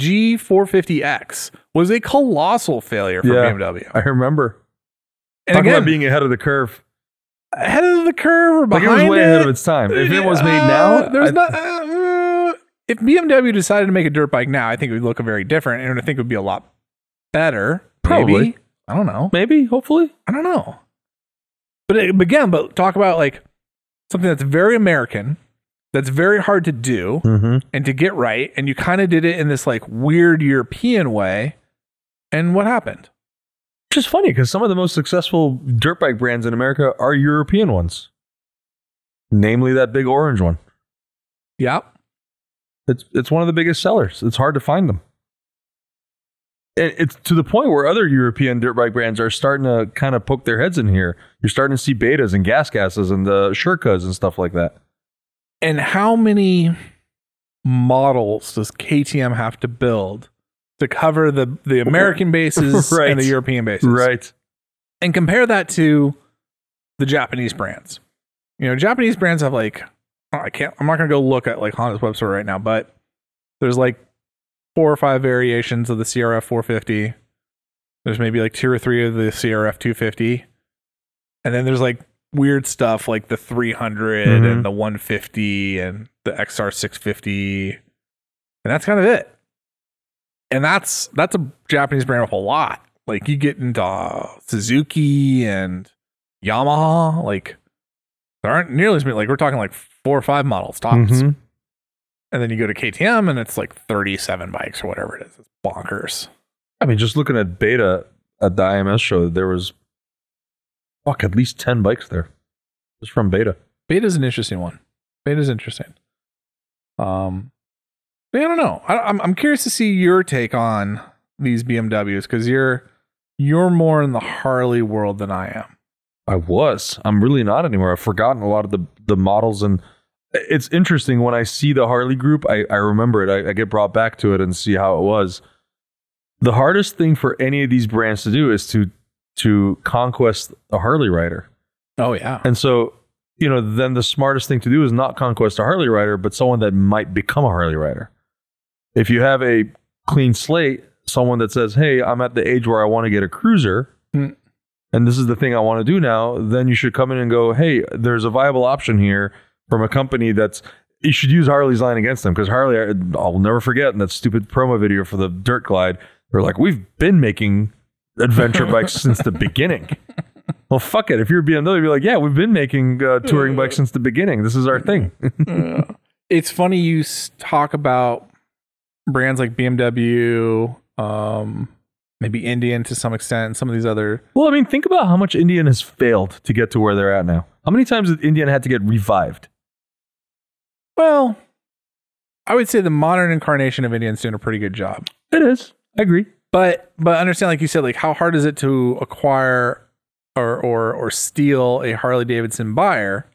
G450X was a colossal failure for Yeah. BMW. I remember. And Talking again, about being ahead of the curve. ahead of the curve or Like behind it was way ahead of its time. If it was made Uh, now, there's I- not. uh, uh, if BMW decided to make a dirt bike now, I think it would look very different, and I think it would be a lot better. Probably. maybe. I don't know. maybe, hopefully. I don't know. But it, but again, but talk about like something that's very American, that's very hard to do Mm-hmm. and to get right, and you kind of did it in this like weird European way. And what happened? Which is funny because some of the most successful dirt bike brands in America are European ones. Namely that big orange one. Yeah, It's it's one of the biggest sellers. It's hard to find them. And it's to the point where other European dirt bike brands are starting to kind of poke their heads in here. You're starting to see betas and gas gases and the Shurkas and stuff like that. and how many models does KTM have to build to cover the the American bases Right. and the European bases? And compare that to the Japanese brands. You know, Japanese brands have like oh, I can't I'm not gonna go look at like Honda's website right now, but there's like four or five variations of the CRF four fifty. There's maybe like two or three of the CRF two fifty. And then there's like weird stuff like the 300 Mhm. and the 150 and the XR 650 and that's kind of it. And that's that's a Japanese brand with a lot. Like you get into uh, Suzuki and Yamaha, like there aren't nearly as many. Like we're talking like four or five models tops. Mhm. And then you go to KTM and it's like 37 bikes or whatever it is. It's bonkers. I mean, just looking at beta at the IMS show, there was fuck at least ten bikes there, just from beta. Beta's an interesting one. Beta's interesting. Um, but I don't know. I, I'm I'm curious to see your take on these BMWs because you're you're more in the Harley world than I am. I was. I'm really not anymore. I've forgotten a lot of the the models, and it's interesting when I see the Harley group. I I remember it. I, I get brought back to it and see how it was. The hardest thing for any of these brands to do is to to conquest a Harley rider. Oh yeah, And so, you know, then the smartest thing to do is not conquest a Harley rider, but someone that might become a Harley rider. If you have a clean slate, someone that says, "Hey, I'm at the age where I want to get a cruiser." Hmm. And this is the thing I want to do now, then you should come in and go, hey, there's a viable option here from a company that's. You should use Harley's line against them because Harley, I'll never forget in that stupid promo video for the Dirt Glide, they're like, we've been making adventure bikes since the beginning. Well, fuck it. If you're BMW, you're like, yeah, we've been making uh, touring bikes since the beginning. This is our thing. it's funny you s- talk about brands like BMW, um, maybe Indian to some extent, and some of these other. well, I mean, think about how much Indian has failed to get to where they're at now. How many times has Indian had to get revived? Well, I would say the modern incarnation of Indian's doing a pretty good job. It is. I agree. But but understand, like you said, like how hard is it to acquire or or or steal a Harley Davidson buyer?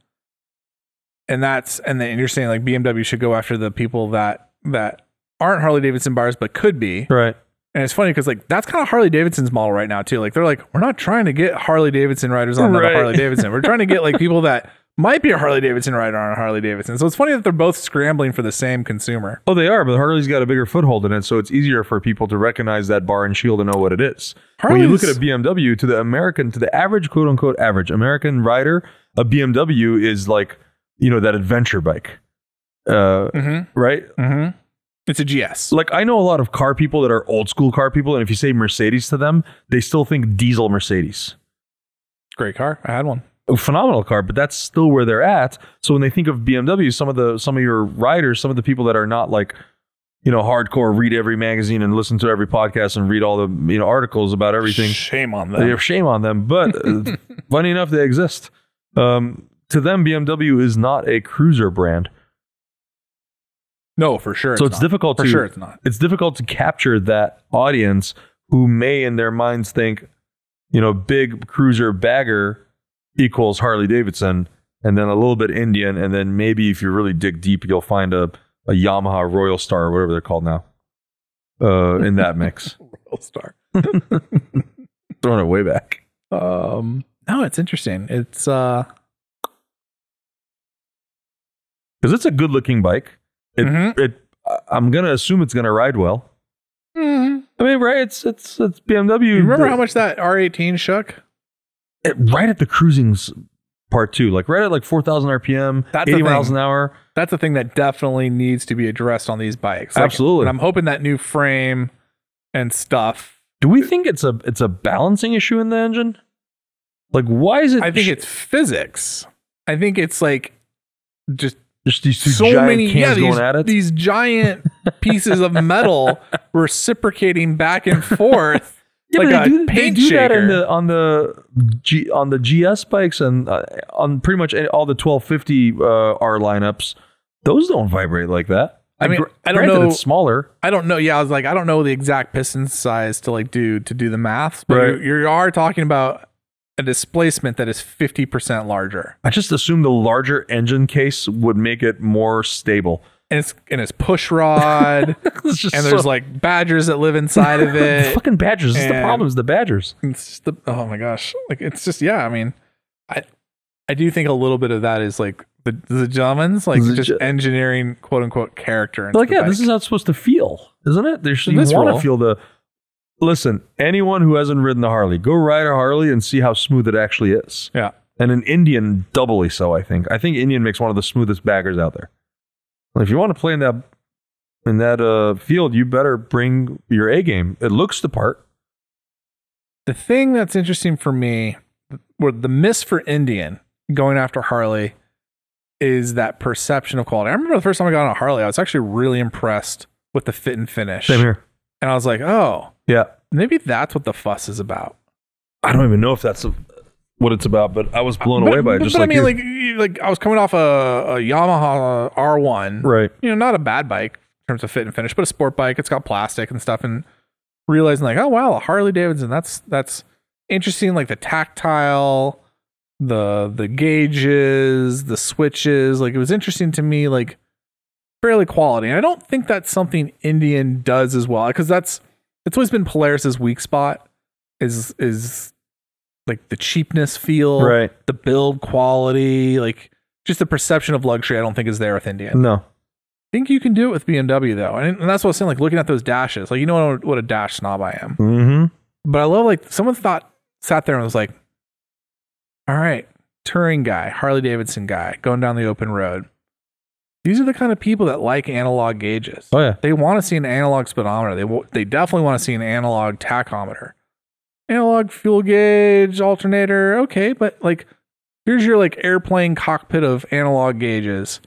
And that's and then you're saying like BMW should go after the people that that aren't Harley Davidson buyers but could be. Right. And it's funny because like that's kind of Harley Davidson's model right now too. Like they're like, we're not trying to get Harley Davidson riders on another Right. Harley Davidson. We're trying to get like people that might be a Harley Davidson rider on a Harley Davidson. So it's funny that they're both scrambling for the same consumer. Oh, they are, but Harley's got a bigger foothold in it, so it's easier for people to recognize that bar and shield and know what it is. when you look at Harley's- a BMW, to the American, to the average, quote unquote, average American rider, a BMW is like, you know, that adventure bike, uh, Mm-hmm. right? Mm-hmm. It's a GS. like I know a lot of car people that are old school car people, and if you say Mercedes to them, they still think diesel Mercedes. Great car. I had one. A phenomenal car, but that's still where they're at. So when they think of BMW, some of the some of your riders, some of the people that are not like, you know, hardcore read every magazine and listen to every podcast and read all the you know articles about everything. Shame on They have shame on them, but uh, funny enough, they exist. Um, to them, BMW is not a cruiser brand. No, for sure. so it's, not. difficult For to sure, it's not. it's difficult to capture that audience who may in their minds think you know big cruiser bagger equals harley davidson and then a little bit indian and then maybe if you really dig deep you'll find a, a yamaha royal star or whatever they're called now uh, in that mix World star. throwing it way back Um, no, it's interesting. It's uh, because it's a good looking bike it, Mhm. it I- i'm gonna assume it's gonna ride well i mean right it's it's it's bmw Mm-hmm. you remember The- how much that R18 shook? at- right at the cruising's part too, like right at like 4,000 RPM, That's the 80 thing. miles an hour. That's a thing that definitely needs to be addressed on these bikes. Like, Absolutely. And I'm hoping that new frame and stuff. Do we think it's a it's a balancing issue in the engine? Like why is it? I think sh- it's physics. I think it's like just just these two so giant many yeah, cans these, going at it. these giant pieces of metal reciprocating back and forth. yeah, but like a they do, they paint do that shaker. in the on the G, on the GS bikes and uh, on pretty much any- all the 1250 uh, R lineups. Those don't vibrate like that. I mean, gr- I don't granted know- It's smaller. I don't know. Yeah, I was like, I don't know the exact piston size to like do to do the math, but Right. you, you are talking about a displacement that is fifty percent larger, I just assume the larger engine case would make it more stable. and it's and it's push rod, It's just and there's so- like badgers that live inside of the it. fucking Badgers. That's the and- problem is the Badgers. it's just the oh my gosh, like it's just yeah. I mean, I I do think a little bit of that is like the the gentleman's like The just ge- engineering quote unquote character. into They're like, the yeah, bike. this is how it's supposed to feel, isn't it? There's In you this want role. to feel the. Listen, anyone who hasn't ridden the Harley, go ride a Harley and see how smooth it actually is. yeah. And an Indian, doubly so. I think. I think Indian makes one of the smoothest baggers out there. If you want to play in that in that uh, field, you better bring your A game. It looks the part. The thing that's interesting for me, where the miss for Indian going after Harley is that perception of quality. I remember the first time I got on a Harley, I was actually really impressed with the fit and finish. Same here. And I was like, oh, Yeah. maybe that's what the fuss is about. I don't even know if that's a, what it's about, but I was blown But- away by it. but- Just but like, I mean, you. like, you- like I was coming off a, a Yamaha R1, right. you know, not a bad bike in terms of fit and finish, but a sport bike. It's got plastic and stuff. And realizing like, oh wow, a Harley Davidson. That's that's interesting. Like the tactile, the the gauges, the switches. Like it was interesting to me. Like fairly quality. And I don't think that's something Indian does as well because that's it's always been Polaris's weak spot. Is is like the cheapness feel, Right. the build quality, like just the perception of luxury. I don't think is there with Indian No. think you can do it with BMW though, and, and that's what I was saying. Like looking at those dashes, like you know what, what a dash snob I am, Mm-hmm. but I love like someone thought sat there and was like, "All right, touring guy, Harley Davidson guy, going down the open road. These are the kind of people that like analog gauges. Oh yeah. They want to see an analog speedometer. They wa- they definitely want to see an analog tachometer, analog fuel gauge alternator. Okay, but like here's your like airplane cockpit of analog gauges.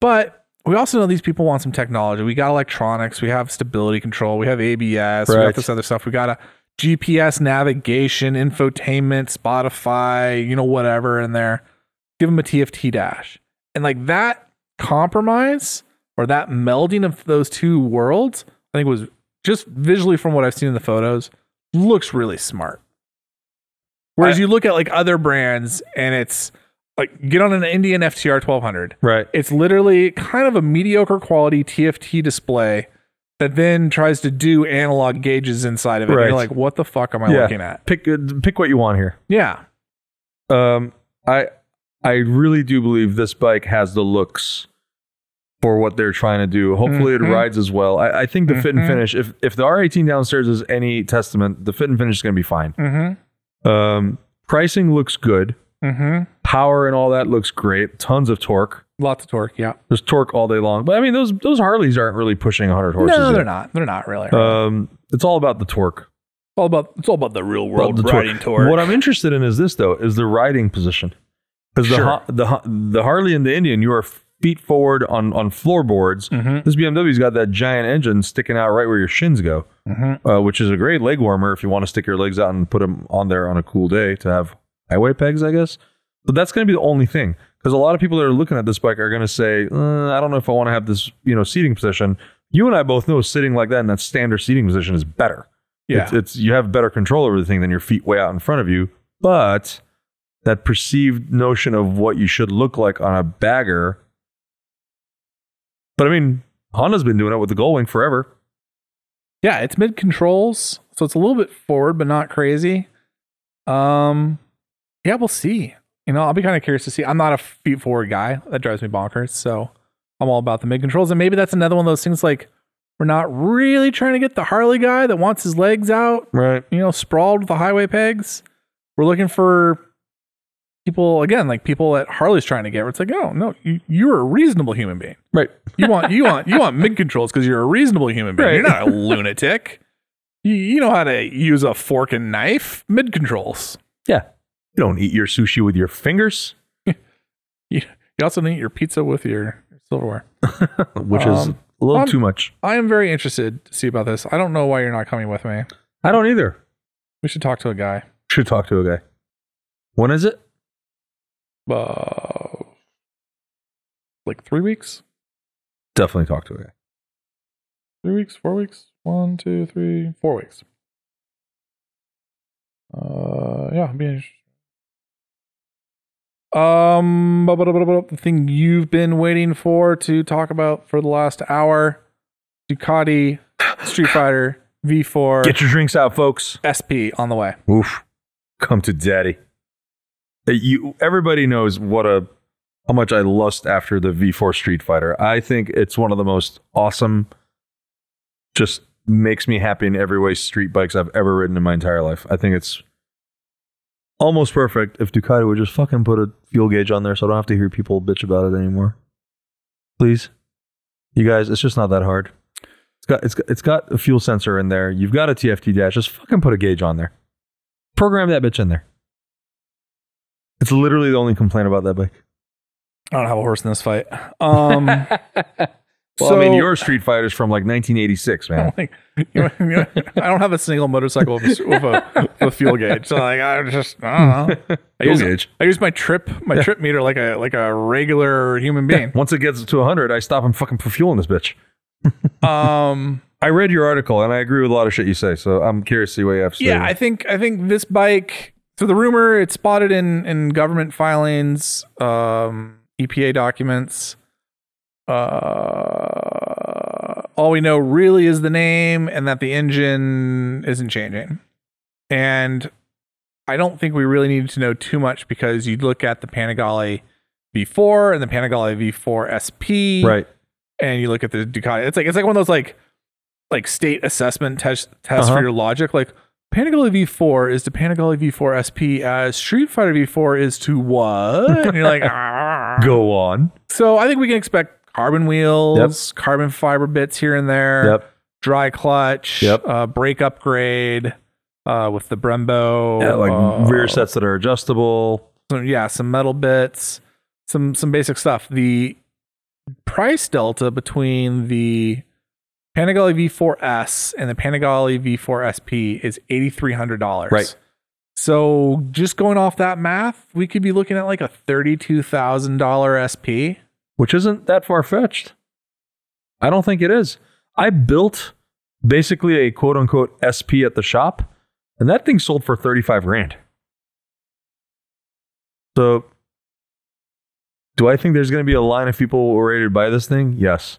But we also know these people want some technology. We got electronics. We have stability control. We have ABS. We got Right. this other stuff. We got a GPS navigation, infotainment, Spotify, you know, whatever in there. Give them a TFT dash. And like that compromise or that melding of those two worlds, I think was just visually from what I've seen in the photos, looks really smart. Whereas I- you look at like other brands and it's like get on an Indian FTR 1200. Right. It's literally kind of a mediocre quality TFT display that then tries to do analog gauges inside of it. And Right. you're like, what the fuck am I Yeah. looking at? pick uh, pick what you want here. Yeah. Um, I I really do believe this bike has the looks for what they're trying to do. Hopefully, Mhm. it rides as well. I, I think the fit Mhm. and finish. If if the R18 downstairs is any testament, the fit and finish is going to be fine. Mm-hmm. Um, pricing looks good. Mm-hmm. Power and all that looks great. Tons of torque. Lots of torque. Yeah. There's torque all day long. But I mean, those those Harleys aren't really pushing 100 horses. no, they're yet. not. They're not really. Um, it's all about the torque. It's all about it's all about the real world Well, the riding torque. tour. What I'm interested in is this though, is the riding position. Because the, Sure. Ha- the Ha- the Harley and the Indian, you are feet forward on on floorboards. Mhm. This BMW's got that giant engine sticking out right where your shins go, Mhm. uh, which is a great leg warmer if you want to stick your legs out and put them on there on a cool day to have highway pegs, I guess. But that's going to be the only thing. because a lot of people that are looking at this bike are going to say, "Uh, I don't know if I want to have this, you know, seating position. You and I both know sitting like that in that standard seating position is better. Yeah. It's, it's you have better control over the thing than your feet way out in front of you. But that perceived notion of what you should look like on a bagger. But I mean, Honda's been doing it with the Gullwing forever. yeah, it's mid controls, so it's a little bit forward, but not crazy. Um, yeah, we'll see. You know, I'll be kind of curious to see. I'm not a feet forward guy. That drives me bonkers. So I'm all about the mid controls, and maybe that's another one of those things like we're not really trying to get the Harley guy that wants his legs out Right. you know, sprawled with the highway pegs. We're looking for people again, like people that Harley's trying to get. Where it's like, oh no, you, you're a reasonable human being. Right. You want you want you want mid controls because you're a reasonable human being. You're Right. not a lunatic. You, you know how to use a fork and knife. Mid controls. Yeah. You don't eat your sushi with your fingers, You, you also need your pizza with your silverware. which is Um, a little um, too much. I am very interested to see about this. I don't know why you're not coming with me. I don't either. We should talk to a guy. Should talk to a guy. When is it? Uh, like three weeks. Definitely talk to a guy. three weeks, four weeks, one, two, three, four weeks. Uh, yeah, be interesting. Um, bu- bu- bu- bu- bu- the thing you've been waiting for to talk about for the last hour: Ducati Street Fighter V4 Get your drinks out, folks. SP on the way. Oof. Come to daddy. Uh, You, everybody knows what a how much I lust after the V4 Street Fighter. I think it's one of the most awesome, just makes me happy in every way street bikes I've ever ridden in my entire life. I think it's almost perfect if Ducati would just fucking put a fuel gauge on there so I don't have to hear people bitch about it anymore. Please. You guys, it's just not that hard. It's got, it's got, it's got a fuel sensor in there. You've got a TFT dash. Just fucking put a gauge on there program that bitch in there. It's literally the only complaint about that bike. I don't have a horse in this fight. Um, Well, I so- mean, your Street Fighter's from like 1986, man. like, you know, you know, I don't have a single motorcycle with a, with a, with a fuel gauge. So like, I just I don't know. I Fuel use, gauge. I use my trip my trip meter like a like a regular human being. Once it gets to 100, I stop and fucking put fuel in this bitch. Um, I read your article and I agree with a lot of shit you say, so I'm curious to see what you have to say. yeah, I think I think this bike. So the rumor it's spotted in in government filings, um, EPA documents. Uh, all we know really is the name and that the engine isn't changing. And I don't think we really need to know too much because you look at the Panigale V4 and the Panigale V4 SP, right. and you look at the Ducati. It's like it's like one of those like like state assessment test tests Uh-huh. for your logic. Like Panigale V4 is to Panigale V4 SP as Street Fighter V4 is to what? And you're like, "Ah." Go on. so I think we can expect carbon wheels, carbon fiber bits here and there, Yep. dry clutch, Yep. uh, brake upgrade uh, with the Brembo, Yeah, like uh, rear sets that are adjustable. some, yeah, some metal bits, some some basic stuff. The price delta between the Panigale V4S and the Panigale V4 SP is eighty three hundred dollars. Right. So just going off that math, we could be looking at like a thirty two thousand dollar SP. which isn't that far fetched. I don't think it is. I built basically a quote unquote SP at the shop, and that thing sold for 35 grand. So, do I think there's going to be a line of people who are ready to buy this thing? Yes.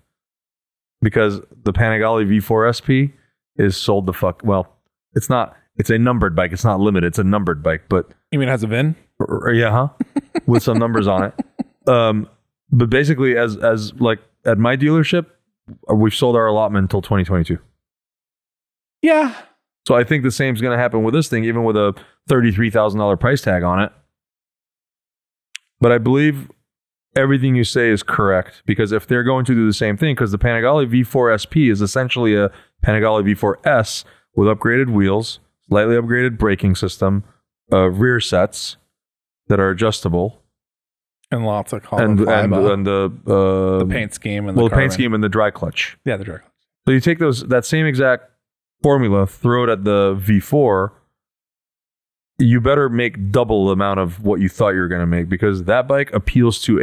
Because the Panigale V4 SP is sold the fuck. Well, it's not, it's a numbered bike. It's not limited. It's a numbered bike, but You mean it has a VIN? or- or- yeah, huh? With some numbers on it. Um, but basically, as as like at my dealership, uh, we've sold our allotment until 2022. Yeah. So I think the same is going to happen with this thing, even with a thirty-three thousand dollar price tag on it. But I believe everything you say is correct because if they're going to do the same thing, because the Panigale V4 SP is essentially a Panigale V4S with upgraded wheels, slightly upgraded braking system, uh, rear sets that are adjustable, And lots of carbon and and, fiber, and the uh, the paint scheme and well, the, the carbon. paint scheme and the dry clutch. Yeah, the direct. So you take those that same exact formula, throw it at the V4. you better make double the amount of what you thought you were going to make because that bike appeals to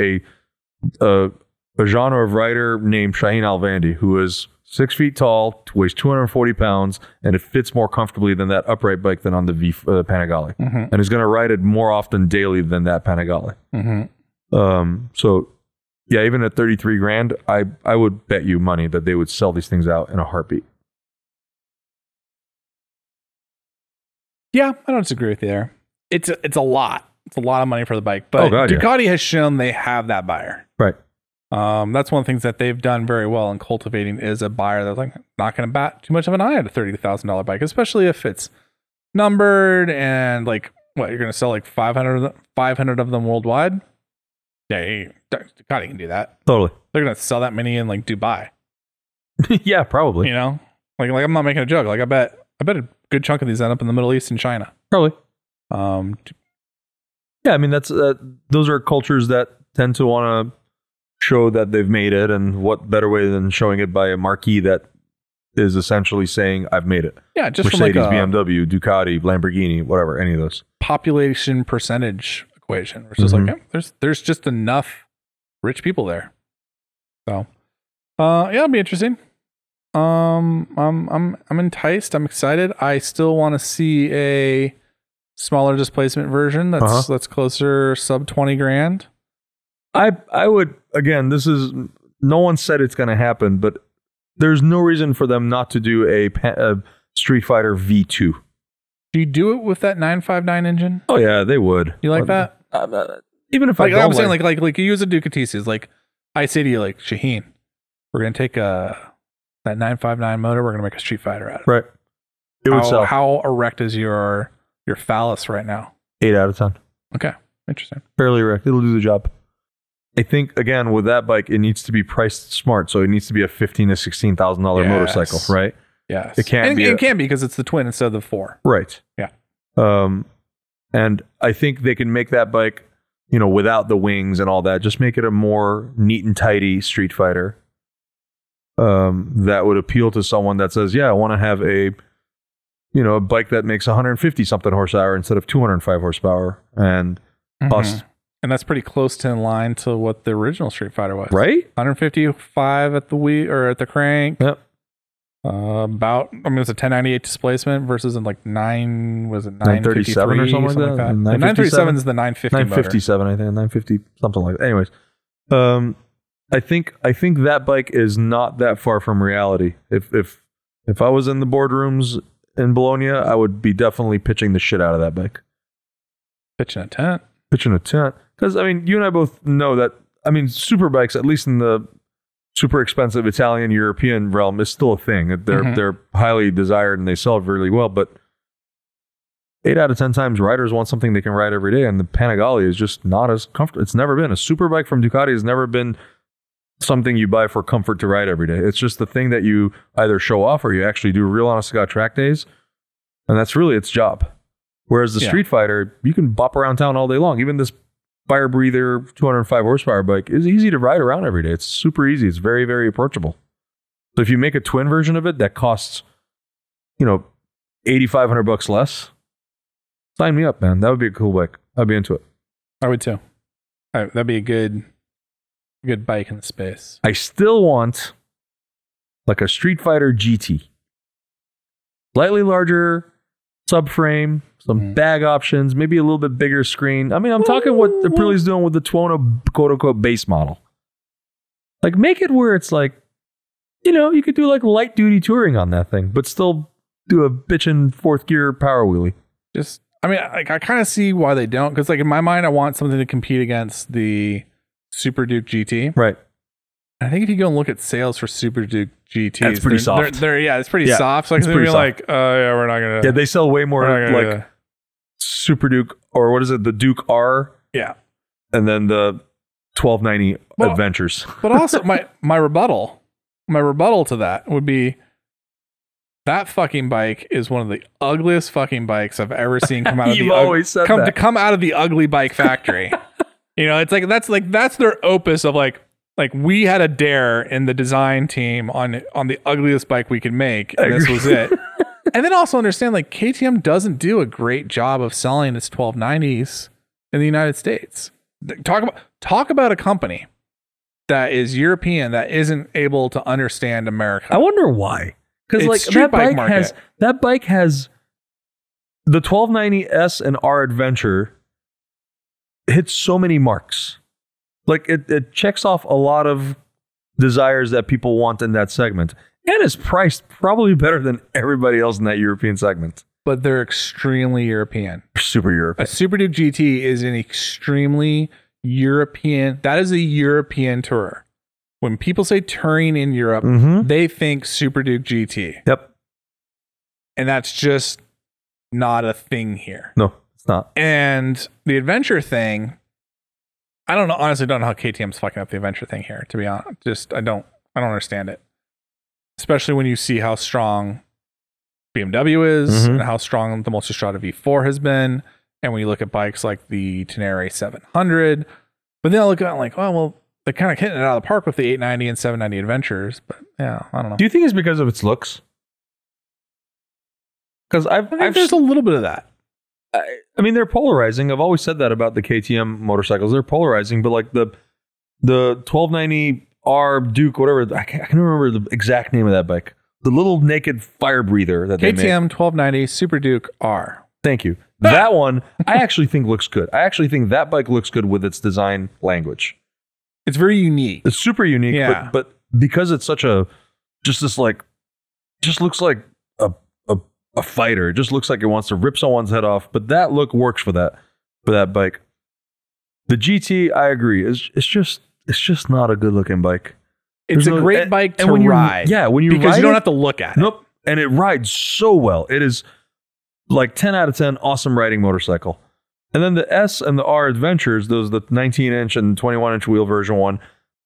a, a a genre of rider named Shaheen Alvandy, who is six feet tall, weighs 240 pounds, and it fits more comfortably than that upright bike than on the V uh, Panigale, Mm-hmm, and is going to ride it more often daily than that Panigale. mm-hmm. Um, so yeah, even at 33 grand, I, I would bet you money that they would sell these things out in a heartbeat. Yeah, I don't disagree with you there. It's a, it's a lot. It's a lot of money for the bike, but Oh, God, yeah. Ducati has shown they have that buyer. Right. Um, that's one of the things that they've done very well in cultivating is a buyer that's like not going to bat too much of an eye at a thirty thousand dollar bike, especially if it's numbered and like what you're going to sell like 500, 500 of them worldwide. Yeah, you- Ducati can do that. Totally. They're going to sell that many in like Dubai. yeah, probably. You know, like like I'm not making a joke. Like I bet I bet a good chunk of these end up in the Middle East and China. Probably. Um, Yeah, I mean that's uh, those are cultures that tend to want to show that they've made it, and what better way than showing it by a marquee that is essentially saying I've made it. yeah, just Mercedes, from like a BMW, Ducati, Lamborghini, whatever, any of those. population percentage equation. It's just Mhm. like yeah, there's there's just enough rich people there. So uh yeah, it'll be interesting. Um I'm I'm I'm enticed. I'm excited. I still want to see a smaller displacement version that's Uh-huh. that's closer sub 20 grand. I I would again. This is no one said it's going to happen, but there's no reason for them not to do a, pa- a Street Fighter V2. Do you do it with that 959 engine? Oh yeah, they would. You like But- that? I'm not- even if Like I don't I'm saying like like like you use a Ducati's like I say to you like Shaheen, we're going to take a that 959 motor, we're going to make a Street Fighter out of it. right, it would Oh, how, sell how erect is your your phallus right now? eight out of ten. Interesting. fairly erect. It'll do the job. I think again with that bike, it needs to be priced smart, so it needs to be a fifteen to sixteen thousand dollar Yes. motorcycle, right? Yes, It can't And be It, a- can be because it's the twin instead of the four. Right. Yeah. Um, and I think they can make that bike, you know, without the wings and all that. Just make it a more neat and tidy Street Fighter. Um, that would appeal to someone that says, "Yeah, I want to have a, you know, a bike that makes 150 something horsepower instead of 205 horsepower." And Us. And that's pretty close to in line to what the original Street Fighter was. right, 155 at the wheel or at the crank. Yep. Uh, about I mean it's a 1098 displacement versus in like nine was it 937 937 or something like that? The 937 957? is the 950 nine motor. fifty seven, I think, nine fifty something like that. Anyways, um, I think I think that bike is not that far from reality. If if if I was in the boardrooms in Bologna, I would be definitely pitching the shit out of that bike, pitching a tent. pitching a tent. Because I mean, you and I both know that. I mean, super bikes, at least in the super expensive Italian European realm, is still a thing. They're Mhm. they're highly desired and they sell really well, but. Eight out of ten times, riders want something they can ride every day, and the Panigale is just not as comfortable. It's never been a super bike from Ducati. Has never been something you buy for comfort to ride every day. It's just the thing that you either show off or you actually do real honest to god track days, and that's really its job. Whereas the Yeah. Street Fighter, you can bop around town all day long. Even this fire breather 205 horsepower bike is easy to ride around every day. It's super easy. It's very, very approachable. So if you make a twin version of it that costs, you know, 8,500 bucks less, sign me up, man. That would be a cool bike. I'd be into it. I would too. I, that'd be a good good bike in the space. I still want like a Street Fighter GT. Slightly larger subframe, some Mhm. bag options, maybe a little bit bigger screen. I mean, I'm talking what Aprilia's doing with the Tuono quote unquote base model. Like, make it where it's like, you know, you could do like light duty touring on that thing, but still do a bitchin' fourth gear power wheelie. just i mean like i kind of see why they don't because like in my mind i want something to compete against the super duke gt Right. i think if you go and look at sales for super duke gt That's pretty soft. they're, yeah it's pretty Yeah, soft so it's they're pretty soft. like oh yeah we're not gonna Yeah, they sell way more we're not gonna do like that. Super Duke or what is it, the Duke R yeah and then the 1290 Well- Adventures. but also my my rebuttal my rebuttal to that would be that fucking bike is one of the ugliest fucking bikes I've ever seen come out of You've the ug- always said come to that. come out of the ugly bike factory. you know, it's like that's like that's their opus of like like we had a dare in the design team on on the ugliest bike we could make, and this was it. and then also understand like KTM doesn't do a great job of selling its 1290s in the United States. Th- Talk about talk about a company that is European that isn't able to understand America. I wonder why. Because It's like street that bike bike, market. has that bike has the 1290S and R Adventure hits so many marks. Like it, it checks off a lot of desires that people want in that segment. And is priced probably better than everybody else in that European segment. But they're extremely European. Super Europe. A Super Duke GT is an extremely European. That is a European tourer. When people say touring in Europe, Mm-hmm. they think Super Duke GT, Yep. and that's just not a thing here. No, it's not. And the adventure thing, I don't know. Honestly, don't know how KTM's fucking up the adventure thing here. To be honest, just I don't, I don't understand it. Especially when you see how strong BMW is Mhm. and how strong the Multistrada V4 has been, and we look at bikes like the Tenere 700, but then I look at it like, oh well, they're kind of hitting it out of the park with the 890 and 790 adventures. But yeah, I don't know. Do you think it's because of its looks? Because I've, I think I've there's a little bit of that. I mean, they're polarizing. I've always said that about the KTM motorcycles. They're polarizing, but like the the 1290R Duke, whatever. I can't, I can't remember the exact name of that bike. The little naked fire breather that they made. KTM 1290 Super Duke R. Thank you. That one, I actually think looks good. I actually think that bike looks good with its design language. It's very unique. It's super unique, Yeah. but, but because it's such a just this like just looks like a, a a fighter. It just looks like it wants to rip someone's head off. But that look works for that for that bike. The GT, I agree. It's it's just it's just not a good looking bike. It's There's a no- eh, great and- bike to and when you- ride. yeah, when you because ride you don't it- have to look at it. Nope. And it rides so well. It is like 10 out of 10 awesome riding motorcycle. And then the S and the R Adventures, those the 19 inch and 21 inch wheel version one,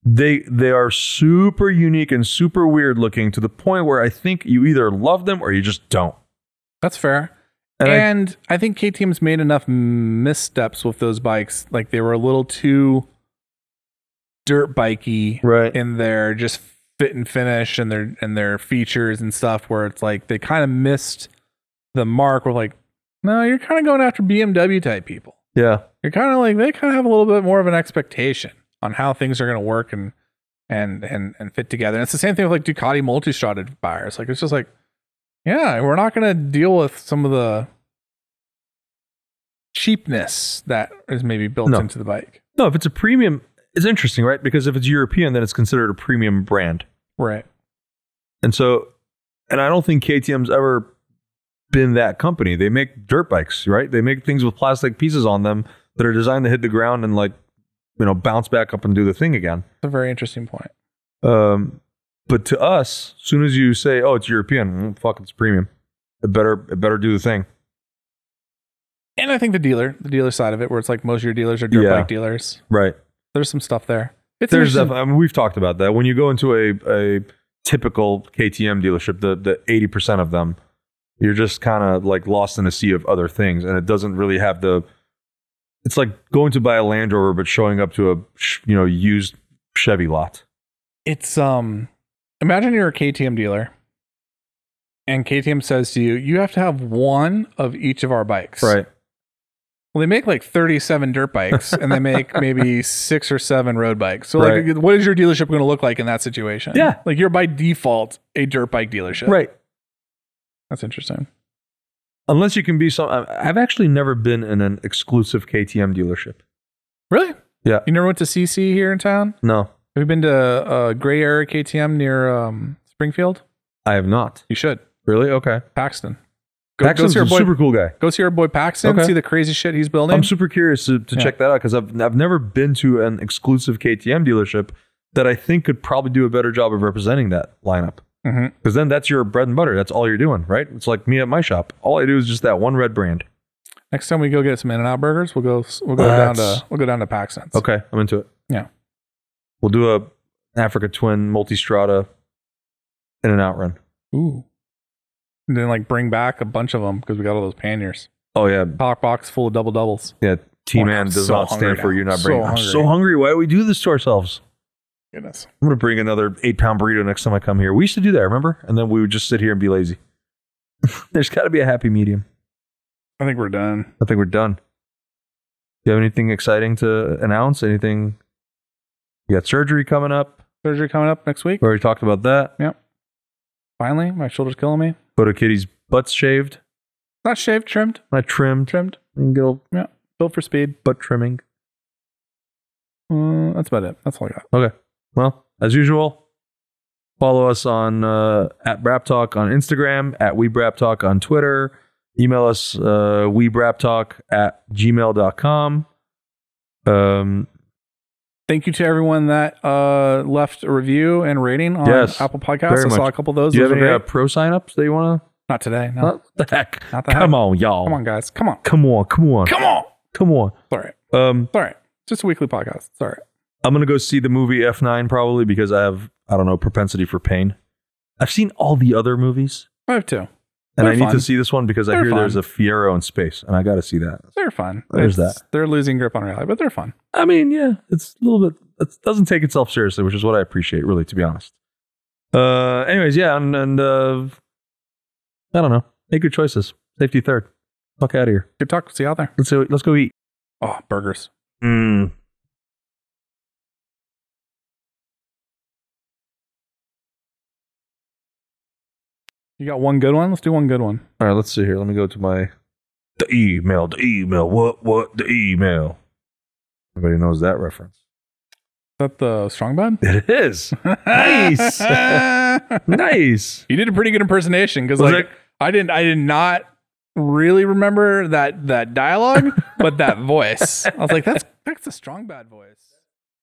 they they are super unique and super weird looking to the point where I think you either love them or you just don't. That's fair. And And, I- I, think KTM's made enough missteps with those bikes. Like they were a little too dirt bikey Right. in their just fit and finish and their and their features and stuff where it's like they kind of missed the mark. We're like, no, you're kind of going after BMW type people. Yeah. You're kind of like they kind of have a little bit more of an expectation on how things are going to work and and and and fit together. And it's the same thing with like Ducati multi-shotted buyers. Like it's just like, yeah, we're not going to deal with some of the cheapness that is maybe built No. into the bike. No, if it's a premium, it's interesting, right? Because if it's European, then it's considered a premium brand. Right. And so, and I don't think KTM's ever been that company. They make dirt bikes, right? They make things with plastic pieces on them that are designed to hit the ground and like, you know, bounce back up and do the thing again. It's a very interesting point. Um, but to us, as soon as you say, "Oh, it's European," mm, fuck, it's premium. It better, it better do the thing. And I think the dealer, the dealer side of it, where it's like most of your dealers are dirt Yeah. bike dealers. Right. There's some stuff there. It's There's, interesting. def- I mean, we've talked about that. When you go into a a typical KTM dealership, the the eighty percent of them, you're just kind of like lost in a sea of other things, and it doesn't really have the. It's like going to buy a Land Rover, but showing up to a sh- you know used Chevy lot. it's um imagine you're a KTM dealer and KTM says to you, you have to have one of each of our bikes. Well, they make like 37 dirt bikes and they make maybe six or seven road bikes. So, Right. like, what is your dealership going to look like in that situation? Yeah. Like, you're by default a dirt bike dealership. Right. That's interesting. Unless you can be some. I- I've actually never been in an exclusive KTM dealership. Really? Yeah. You never went to CC here in town? No, Have you been to uh, Gray Area KTM near um, Springfield? I have not. You should. Really? Okay. Paxton. Go, go Paxton's see our a boy. super cool guy. Go see our boy Paxton. Okay. See the crazy shit he's building. I'm super curious to, to Yeah. check that out because I've I've never been to an exclusive KTM dealership that I think could probably do a better job of representing that lineup. Mhm. Because then that's your bread and butter. That's all you're doing, right? It's like me at my shop. All I do is just that one red brand. Next time we go get some In and Out burgers, we'll go we'll go down That's- to we'll go down to Paxton's. Okay, I'm into it. Yeah. we'll do a Africa Twin Multistrada in and out run. Ooh. And then like bring back a bunch of them because we got all those panniers. Oh yeah, Cock box full of double doubles. yeah. T Man I'm does so not hungry stand for now. you not So bringing. I'm hungry. so hungry. Why do we do this to ourselves? Goodness. I'm gonna bring another eight pound burrito next time I come here. We used to do that, remember? And then we would just sit here and be lazy. There's got to be a happy medium. I think we're done. I think we're done. Do you have anything exciting to announce? Anything? You got surgery coming up. Surgery coming up next week. We already talked about that. Finally, my shoulder's killing me. Go to Kitty's butts shaved, Not shaved, trimmed, not trimmed. trimmed, And get old built for speed. butt trimming. Uh, that's about it. That's all I got. Okay. Well, as usual, follow us on uh, at Brap Talk on Instagram, at We Brap Talk on Twitter. Email us uh, We Brap Talk at gmail.com. Um, Thank you to everyone that uh, left a review and rating on Yes, Apple Podcasts. very I saw a much. couple of those. do you Those have any were uh, great. pro signups that you want to? Not today. No. Not the heck. Not the Come heck. on, y'all. Come on, guys. Come on. Come on. Come on. Come on. Come on. Sorry. Um, Sorry. Just a weekly podcast. Sorry. I'm gonna go see the movie F9 probably because I have I don't know propensity for pain. I've seen all the other movies, I have two. and They're I need fun. to see this one because I They're hear there's a fun. Fiero in space, and I got to see that. They're fun. There's It's- They're losing grip on reality, but they're fun. I mean, yeah, it's a little bit. It doesn't take itself seriously, which is what I appreciate, really, to be honest. Uh, anyways, yeah, and, and uh, I don't know. Make good choices. Safety third. Fuck out of here. Good talk. See you out there. Let's go. Let's go eat. Oh, burgers. Mm. You got one good one? Let's do one good one. All right, let's see here. Let me go to my the email, the email. What what the email? Everybody knows that reference. Is that the strong bad? It is Nice. you nice. did a pretty good impersonation because Was like it- I didn't I did not really remember that that dialogue, but that voice. I was like, that's that's a strong bad voice.